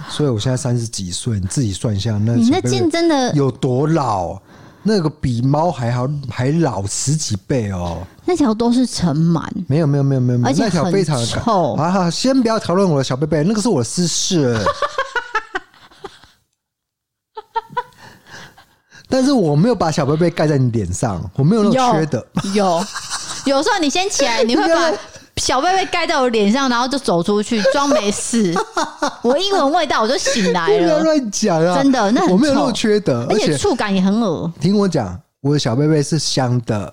S2: 所以我现在三十几岁，你自己算一下，那
S1: 你
S2: 小
S1: 那
S2: 贝贝
S1: 竞争的
S2: 有多老？那个比猫还好，还老十几倍哦！
S1: 那条都是尘螨，
S2: 没有没有没有没有，没
S1: 而
S2: 有
S1: 且
S2: 那条非常
S1: 很臭
S2: 啊！好先不要讨论我的小贝贝，那个是我的
S1: [laughs]
S2: 私事。但是我没有把小贝贝盖在你脸上，我没有那种缺的。
S1: 有，有时候你先起来，你会把小贝贝盖在我脸上，然后就走出去，装没事。我英文味道我就醒来
S2: 不要
S1: 了，
S2: 乱讲啊！
S1: 真的那很
S2: 我没有那种
S1: 臭
S2: 缺德，
S1: 而
S2: 而
S1: 且
S2: 且
S1: 触感也很恶。
S2: 听我讲，我的小贝贝是香的，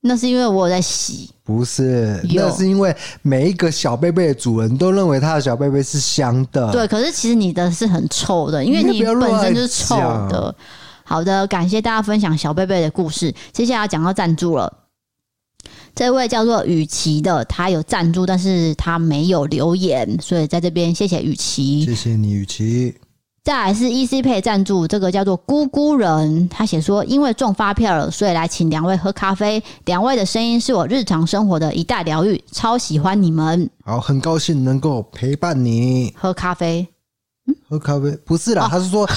S1: 那是因为我有在洗，
S2: 不是？
S1: 有
S2: 那是因为每一个小贝贝的主人都认为他的小贝贝是香的。
S1: 对。可是其实你的是很臭的，因为
S2: 啊你
S1: 你
S2: 不要乱
S1: 本身就是臭的
S2: 讲。
S1: 好的，感谢大家分享小贝贝的故事。接下来要讲到赞助了。这位叫做雨琦的，他有赞助，但是他没有留言，所以在这边谢谢雨琦。
S2: 谢谢你，雨琦。
S1: 再来是 EC 配赞助，这个叫做咕咕人，他写说因为中发票了，所以来请两位喝咖啡。两位的声音是我日常生活的一大疗愈，超喜欢你们
S2: 好，很高兴能够陪伴你
S1: 喝咖啡。
S2: 喝咖啡。不是啦，
S1: [laughs]
S2: 他是说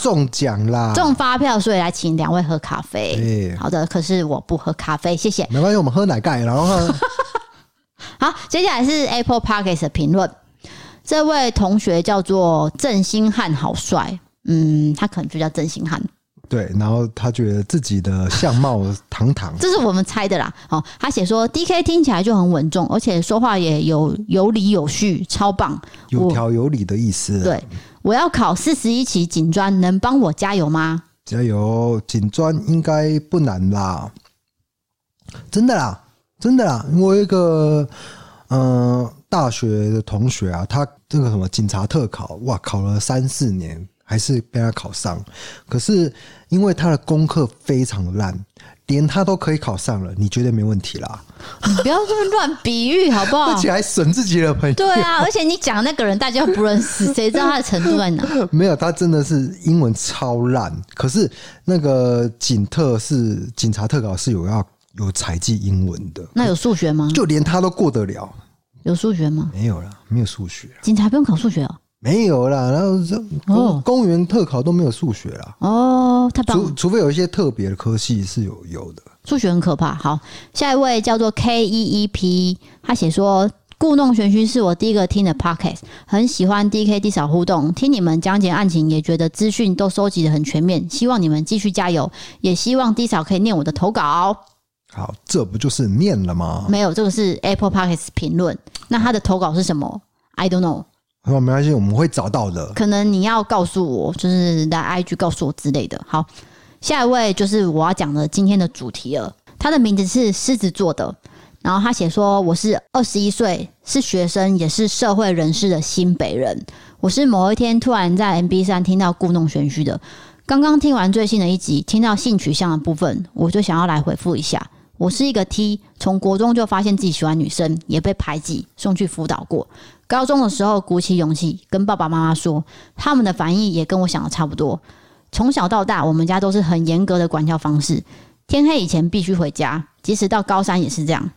S2: 中奖啦，
S1: 哦中发票，所以来请两位喝咖啡。
S2: 对，
S1: 好的，可啊是我不喝咖啡，谢谢。
S2: 没关系，我们喝奶盖，然
S1: [laughs]
S2: 后喝
S1: 好，接下来是 Apple Podcast 的评论，这位同学叫做郑星汉，好帅。嗯，他可能就叫郑星汉，
S2: 对，然后他觉得自己的相貌堂堂，
S1: 这是我们猜的啦。哦，他写说 D K 听起来就很稳重，而且说话也有有理有序，超棒。
S2: 有条有理的意思。，
S1: 对，我要考四十一期警专，能帮我加油吗？
S2: 加油，锦砖应该不难啦，真的啦，真的啦。我有一个嗯、呃大学的同学啊，他这个什么警察特考，哇，考了三四年。还是被他考上，可是因为他的功课非常烂，连他都可以考上了，你绝对没问题啦！
S1: 你不要这么乱比喻好不好
S2: 而？且还损自己的朋友，
S1: 对 [laughs] 啊，而且你讲那个人大家不认识，谁知道他的程度在哪？
S2: 没有，他真的是英文超烂。可是那个警特是警察特考是有要有采集英文的，
S1: 那有数学吗？
S2: 就连他都过得了。
S1: 有数学吗？
S2: 没有啦，没有数学啦，
S1: 警察不用考数学哦。
S2: 没有啦。然后这
S1: 哦
S2: 公公务员特考都没有数学啦，
S1: 哦，太棒
S2: 除
S1: 了！
S2: 除非有一些特别的科系是有有的。
S1: 数学很可怕。好，下一位叫做 K E E P，他写说。故弄玄虚是我第一个听的 podcast，很喜欢 D K D 嫂互动，听你们讲解案情也觉得资讯都收集的很全面，希望你们继续加油，也希望 D 嫂可以念我的投稿。
S2: 好，这不就是念了吗？
S1: 没有，这个是 Apple podcast 评论，那他的投稿是什么？I don't know，
S2: 好，没关系，我们会找到的。
S1: 可能你要告诉我，就是来 IG 告诉我之类的。好，下一位就是我要讲的今天的主题了。他的名字是狮子座的，然后他写说我是二十一岁，是学生，也是社会人士的新北人。我是某一天突然在 MB 三听到故弄玄虚的，刚刚听完最新的一集，听到性取向的部分，我就想要来回复一下。我是一个 T，从国中就发现自己喜欢女生，也被排挤，送去辅导过。高中的时候鼓起勇气跟爸爸妈妈说，他们的反应也跟我想的差不多。从小到大，我们家都是很严格的管教方式，天黑以前必须回家，即使到高三也是这样。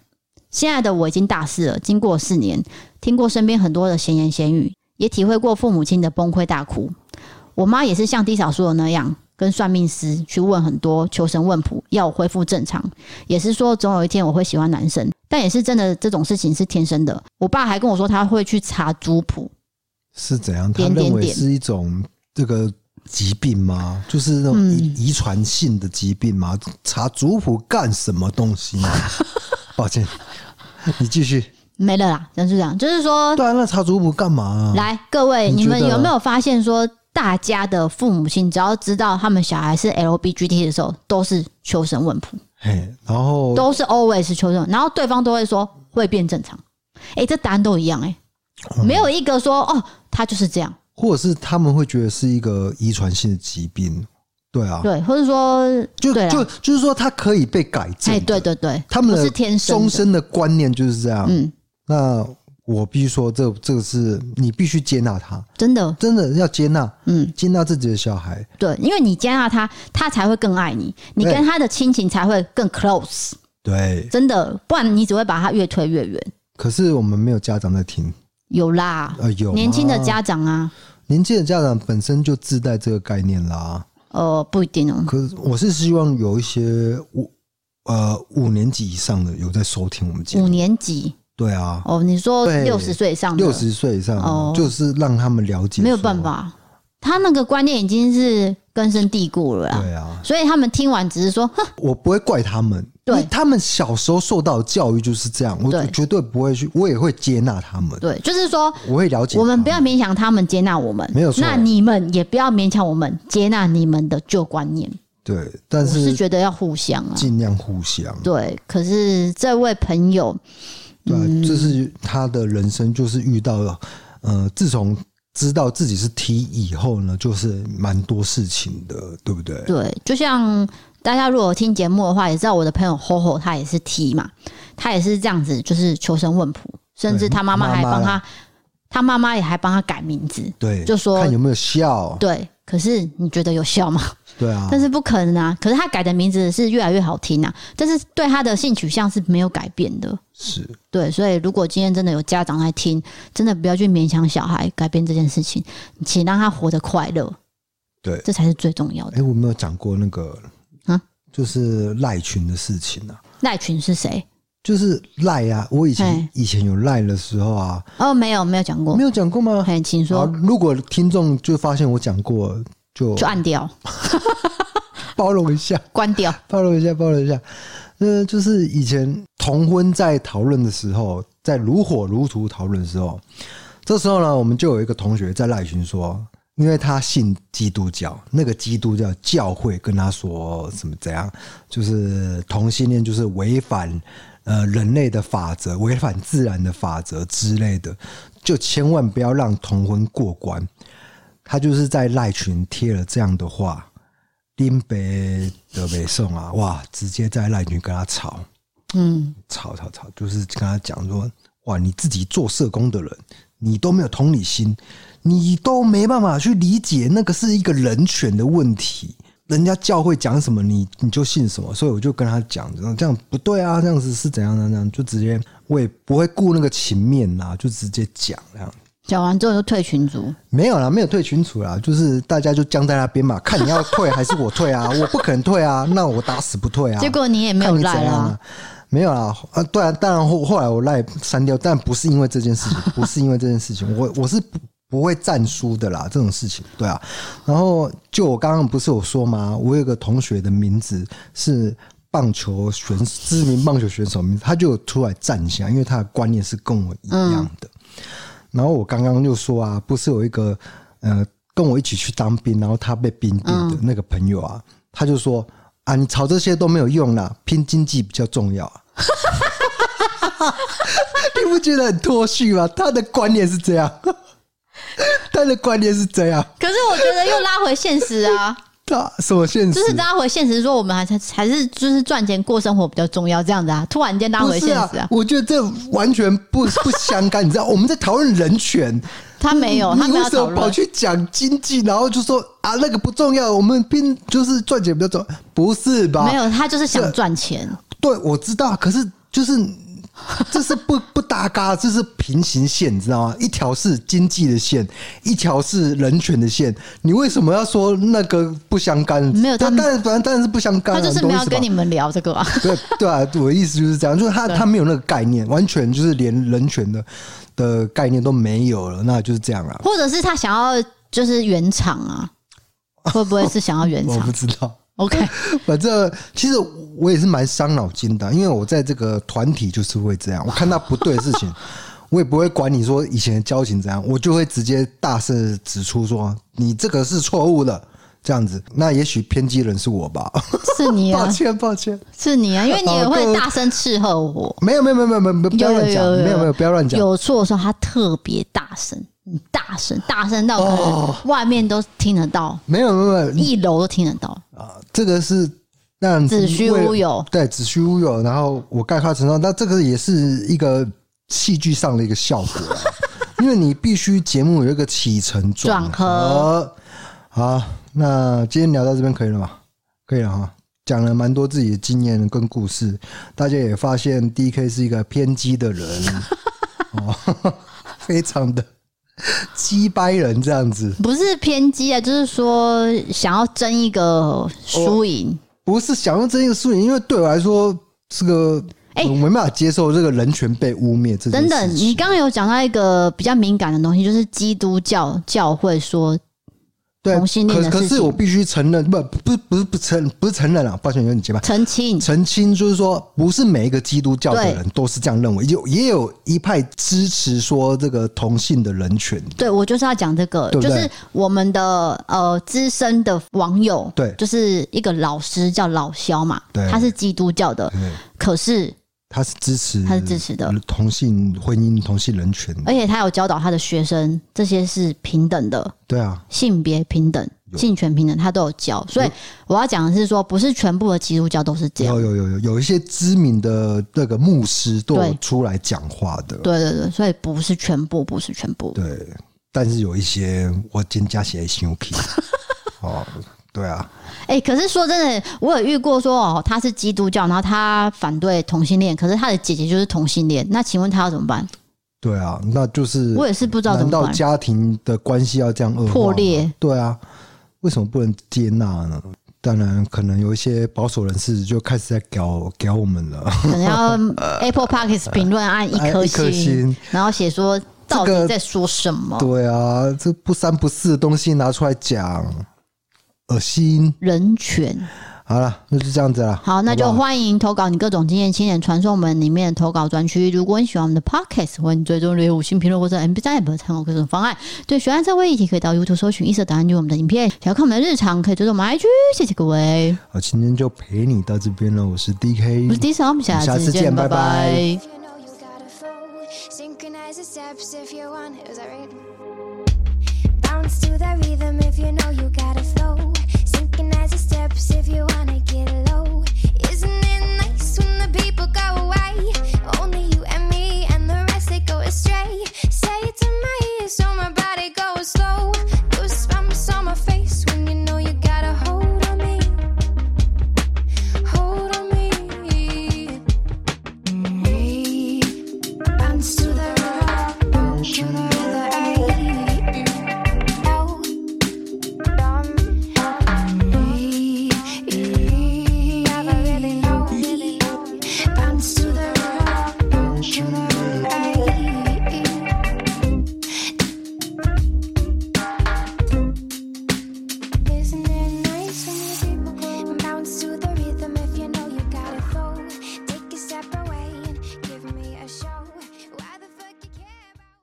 S1: 现在的我已经大四了，经过四年，听过身边很多的闲言闲语，也体会过父母亲的崩溃大哭。我妈也是像低嫂说的那样，跟算命师去问很多，求神问卜，要我恢复正常。也是说总有一天我会喜欢男生，但也是真的这种事情是天生的。我爸还跟我说他会去查族谱，
S2: 是怎样？他
S1: 点点
S2: 认为
S1: 点
S2: 是一种这个疾病吗？就是那种
S1: 嗯
S2: 遗遗传性的疾病吗？查族谱干什么东
S1: [laughs]
S2: 西呢？抱歉，你继续。
S1: 没了啦，就是这样，就是说，
S2: 对啊，那查族谱干嘛、啊
S1: 来各位，
S2: 你
S1: 你
S2: 觉
S1: 们
S2: 得
S1: 有没有发现说，大家的父母亲只要知道他们小孩是 LBGT 的时候，都是求神问卜，
S2: 嘿，然后
S1: 都是 always 求神，然后对方都会说会变正常。哎、这答案都一样哎、
S2: 嗯
S1: 没有一个说哦，他就是这样，
S2: 或者是他们会觉得是一个遗传性的疾病，对啊，
S1: 对，或者说
S2: 就
S1: 对啦啊
S2: 就就是说它可以被改正
S1: 哎、
S2: 的，
S1: 对对对，
S2: 他们
S1: 不是
S2: 的
S1: 天
S2: 终
S1: 生的，
S2: 身的观念就是这样。
S1: 嗯，
S2: 那我必须说，这这个是你必须接纳他，
S1: 真的，
S2: 真的要接纳，
S1: 嗯，
S2: 接纳自己的小孩。
S1: 对，因为你接纳他，他才会更爱你，你
S2: 对
S1: 跟他的亲情才会更 close，
S2: 对，
S1: 真的，不然你只会把他越推越远。
S2: 可是我们没有家长在听，
S1: 有啦，
S2: 呃，有吗
S1: 年轻的家长啊，
S2: 年轻的家长本身就自带这个概念啦。
S1: 呃，不一定哦。
S2: 可是我是希望有一些五呃五年级以上的有在收听我们节
S1: 五
S2: 目，
S1: 年级
S2: 对啊，
S1: 哦，你说
S2: 对
S1: 六十岁以上的，
S2: 六十岁以上、
S1: 哦
S2: 就是让他们了解，
S1: 没有办，法，他那个观念已经是根深蒂固了啦。
S2: 对啊，
S1: 所以他们听完只是说，哼，
S2: 我不会怪他们，因
S1: 对
S2: 为他们小时候受到的教育就是这样，我
S1: 对
S2: 绝对不会去，我也会接纳他们，
S1: 对，就是说
S2: 我会了解他
S1: 我们不要勉强他们接纳我们，
S2: 没有错
S1: 那你们也不要勉强我们接纳你们的旧观念。
S2: 对，但
S1: 我是
S2: 是
S1: 觉得要互相啊，
S2: 尽量互相，
S1: 对。可是这位朋友，
S2: 对啊、
S1: 嗯
S2: 这是他的人生，就是遇到了，呃，自从知道自己是 T 以后呢，就是蛮多事情的，对不对？
S1: 对，就像大家如果有听节目的话，也知道我的朋友 HoHo 他也是 T 嘛，他也是这样子，就是求神问卜，甚至
S2: 对
S1: 他妈妈还
S2: 妈妈
S1: 帮
S2: 啦
S1: 他，他妈妈也还帮他改名字。
S2: 对，
S1: 就说
S2: 看有没有笑，
S1: 对，可是你觉得有效吗？
S2: 对啊，
S1: 但是不可能啊！可是他改的名字是越来越好听啊，但是对他的性取向是没有改变的。
S2: 是
S1: 对，所以如果今天真的有家长来听，真的不要去勉强小孩改变这件事情，请让他活得快乐，
S2: 对。
S1: 这才是最重要
S2: 哎、
S1: 的。
S2: 我没有讲过那个
S1: 啊，
S2: 就是赖群的事情啊，
S1: 赖群是谁？
S2: 就是赖啊，我以前
S1: 哎
S2: 以前有赖的时候啊，
S1: 哦，没有，没有讲过
S2: 没。有讲过吗？
S1: 嘿，请
S2: 好，
S1: 说，
S2: 如果听众就发现我讲过，就
S1: 就按掉，
S2: 包容一下，
S1: 关掉。
S2: 包容一下，包容一下。呃，就是以前同婚在讨论的时候，在如火如荼讨论的时候，这时候呢，我们就有一个同学在赖群说，因为他信基督教，那个基督教教会跟他说什么怎样，就是同性恋就是违反呃人类的法则，违反自然的法则之类的，就千万不要让同婚过关。他就是在赖群贴了这样的话，林北的北宋啊，哇，直接在赖群跟他吵
S1: 嗯，
S2: 吵吵吵，就是跟他讲说，哇，你自己做社工的人，你都没有同理心，你都没办法去理解那个是一个人权的问题。人家教会讲什么，你你就信什么，所以我就跟他讲，这样不对啊，这样子是怎样怎样，就直接我也不会顾那个情面啦、就直接讲这样。
S1: 讲完之后就退群组。
S2: 没有啦，没有退群组啦，就是大家就僵在那边嘛，看你要退还是我退啊？ [laughs] 我不可能退啊，那我打死不退啊。
S1: 结果你也没
S2: 看
S1: 有
S2: 你怎
S1: 赖
S2: 样
S1: 啦
S2: 啊，，没有啦，啊，对啊，当然后后来我赖删掉，但不是因为这件事情， [laughs] 不是因为这件事情，我我是不不会战输的啦，这种事情，对啊。然后就我刚刚不是有说吗？我有个同学的名字是。棒球选手知名棒球选手名字，他就有出来站一下，因为他的观念是跟我一样的。然后我刚刚就说啊，不是有一个呃跟我一起去当兵，然后他被兵变
S1: 嗯
S2: 的那个朋友啊，他就说啊，你吵这些都没有用啦，拼经济比较重要啊。 [laughs] 你不觉得很脱序吗？他的观念是这样， [laughs] 他的观念是这样，
S1: 可是我觉得又拉回现实
S2: [laughs]
S1: 啊，
S2: 他什么现实
S1: 就？是拉回现实，说我们还才还是就是赚钱过生活比较重要这样子啊。突然间拉
S2: 不
S1: 回
S2: 是
S1: 现
S2: 啊
S1: 实啊，，
S2: 我觉得这完全不不相干，你知道，我们在讨论人权，
S1: 他没有，哦他
S2: 你
S1: 没
S2: 为
S1: 有
S2: 什
S1: 讨
S2: 么跑
S1: 论。
S2: 去讲经济，然后就说啊那个不重要，我们拼就是赚钱比较重要，不是吧？
S1: 没有，他就是
S2: 啊
S1: 想赚钱。
S2: 对，我知道，可是就是这是不不搭嘎，这是平行线，你知道吗？一条是经济的线，一条是人权的线。你为什么要说那个不相干？
S1: 没有
S2: 但
S1: 他们
S2: 当然，反正当然是不相干啊、
S1: 他就是
S2: 懂
S1: 没
S2: 我
S1: 有
S2: 意思吧
S1: 跟你们聊这个啊。
S2: 对对啊，我的意思就是这样，就是他他没有那个概念，完全就是连人权的的概念都没有了，那就是这样啊。
S1: 或者是他想要就是原厂啊，会不会是想要原
S2: [laughs] 我不
S1: 厂
S2: 知道。
S1: ？OK，
S2: [laughs] 反正其实我也是蛮伤脑筋的，因为我在这个团体就是会这样，我看到不对的事情，我也不会管你说以前的交情怎样，我就会直接大声指出说你这个是错误的，这样子。那也许偏激人是我吧，
S1: 是你
S2: [laughs] 抱
S1: 啊，
S2: 歉抱歉，
S1: 是你啊，因为你也
S2: 好各
S1: 会
S2: 位
S1: 大声斥喝我。
S2: 没有没有没有没有没有没有不要
S1: 有
S2: 乱讲，
S1: 有
S2: 没有没有不要乱讲，
S1: 有错的时候他特别大声，嗯大声大声到可
S2: 哦
S1: 能外面都听得到，
S2: 没有没有没有
S1: 一楼都听得到。
S2: 啊，这个是让
S1: 子虚乌有，
S2: 对，子虚乌有。然后我概括成章，那这个也是一个戏剧上的一个效
S1: [laughs]
S2: 果啊、因为你必须节目有一个起承转
S1: 转合。
S2: 好，那今天聊到这边可以了吗？可以了哈，讲了蛮多自己的经验跟故事，大家也
S1: [laughs]
S2: 发现 D K [laughs] 是一个偏激的人，哦，非常的鸡掰人这样子，
S1: 不是偏激啊，就是说想要争一个输赢。
S2: 不是想用这一个输赢，因为对我来说，这个
S1: 哎
S2: 我没办法接受这个人权被污蔑这件
S1: 等
S2: 事
S1: 等，
S2: 情
S1: 你刚刚有讲到一个比较敏感的东西，就是基督教教会说
S2: 对，
S1: 同性恋的
S2: 可可
S1: 事
S2: 是
S1: 情
S2: 我必须承认，不不不是不承不是承认啊，抱歉有点结巴。
S1: 澄清，
S2: 澄清就是说，不是每一个基督教的
S1: 对
S2: 人都是这样认为，有也有一派支持说这个同性的人权。
S1: 对我就是要讲这个，
S2: 对不
S1: 就
S2: 对
S1: 是我们的呃资深的网友，
S2: 对
S1: 就是一个老师叫老萧嘛
S2: 对，
S1: 他是基督教的，
S2: 对，
S1: 可是
S2: 他是支持，
S1: 他是支持的哎
S2: 同性婚姻、同性人权。
S1: 而且他有教导他的学生，这些是平等的，
S2: 对啊，
S1: 性别平等、性权平等，他都有教。所以我要讲的是说，不是全部的基督教都是这样
S2: 有。有有有有一些知名的那个牧师都有
S1: 对
S2: 出来讲话的。
S1: 对对对，所以不是全部，不是全部。
S2: 对，但是有一些我今天加起来心
S1: [laughs]
S2: OK。哦，对啊，
S1: 哎、可是说真的，我有遇过说哦，他是基督教，然后他反对同性恋，可是他的姐姐就是同性恋，那请问他要怎么办？
S2: 对啊，那就是
S1: 我也是不知道怎
S2: 难
S1: 么
S2: 道
S1: 办。
S2: 家庭的关系要这样恶化吗
S1: 破裂？
S2: 对啊，为什么不能接纳呢？当然，可能有一些保守人士就开始在搞搞我们了。哎
S1: 可能要 Apple Podcast 评论啊按一颗
S2: 按一颗
S1: 星
S2: 星，
S1: 然后写说到
S2: 这
S1: 底
S2: 个
S1: 在说什么，
S2: 对啊，这不三不四的东西拿出来讲，恶心。
S1: 人权。
S2: 好了，那就这样子了。
S1: 好，那就
S2: 不好
S1: 欢迎投稿你各种经验，亲眼传送门里面的投稿专区。如果你喜欢我们的 podcast，欢迎追踪留言、五星评论或者 M B 站有参考各种方案。对，喜欢这位议题可以到 YouTube 搜寻“一色答案”就是我们的影片。想要看我们的日常，可以追踪我们 IG。谢谢各位，
S2: 好，今天就陪你到这边了。我是 DK，
S1: 我是 D 三，我们下
S2: 下次
S1: 次见，
S2: 见
S1: 拜
S2: 拜拜
S1: 拜
S3: If you know you got a foe, synchronize the steps if you want. Is that right? Bounce to the rhythm if you know you got a flow. Synchronize the steps if you wanna get low.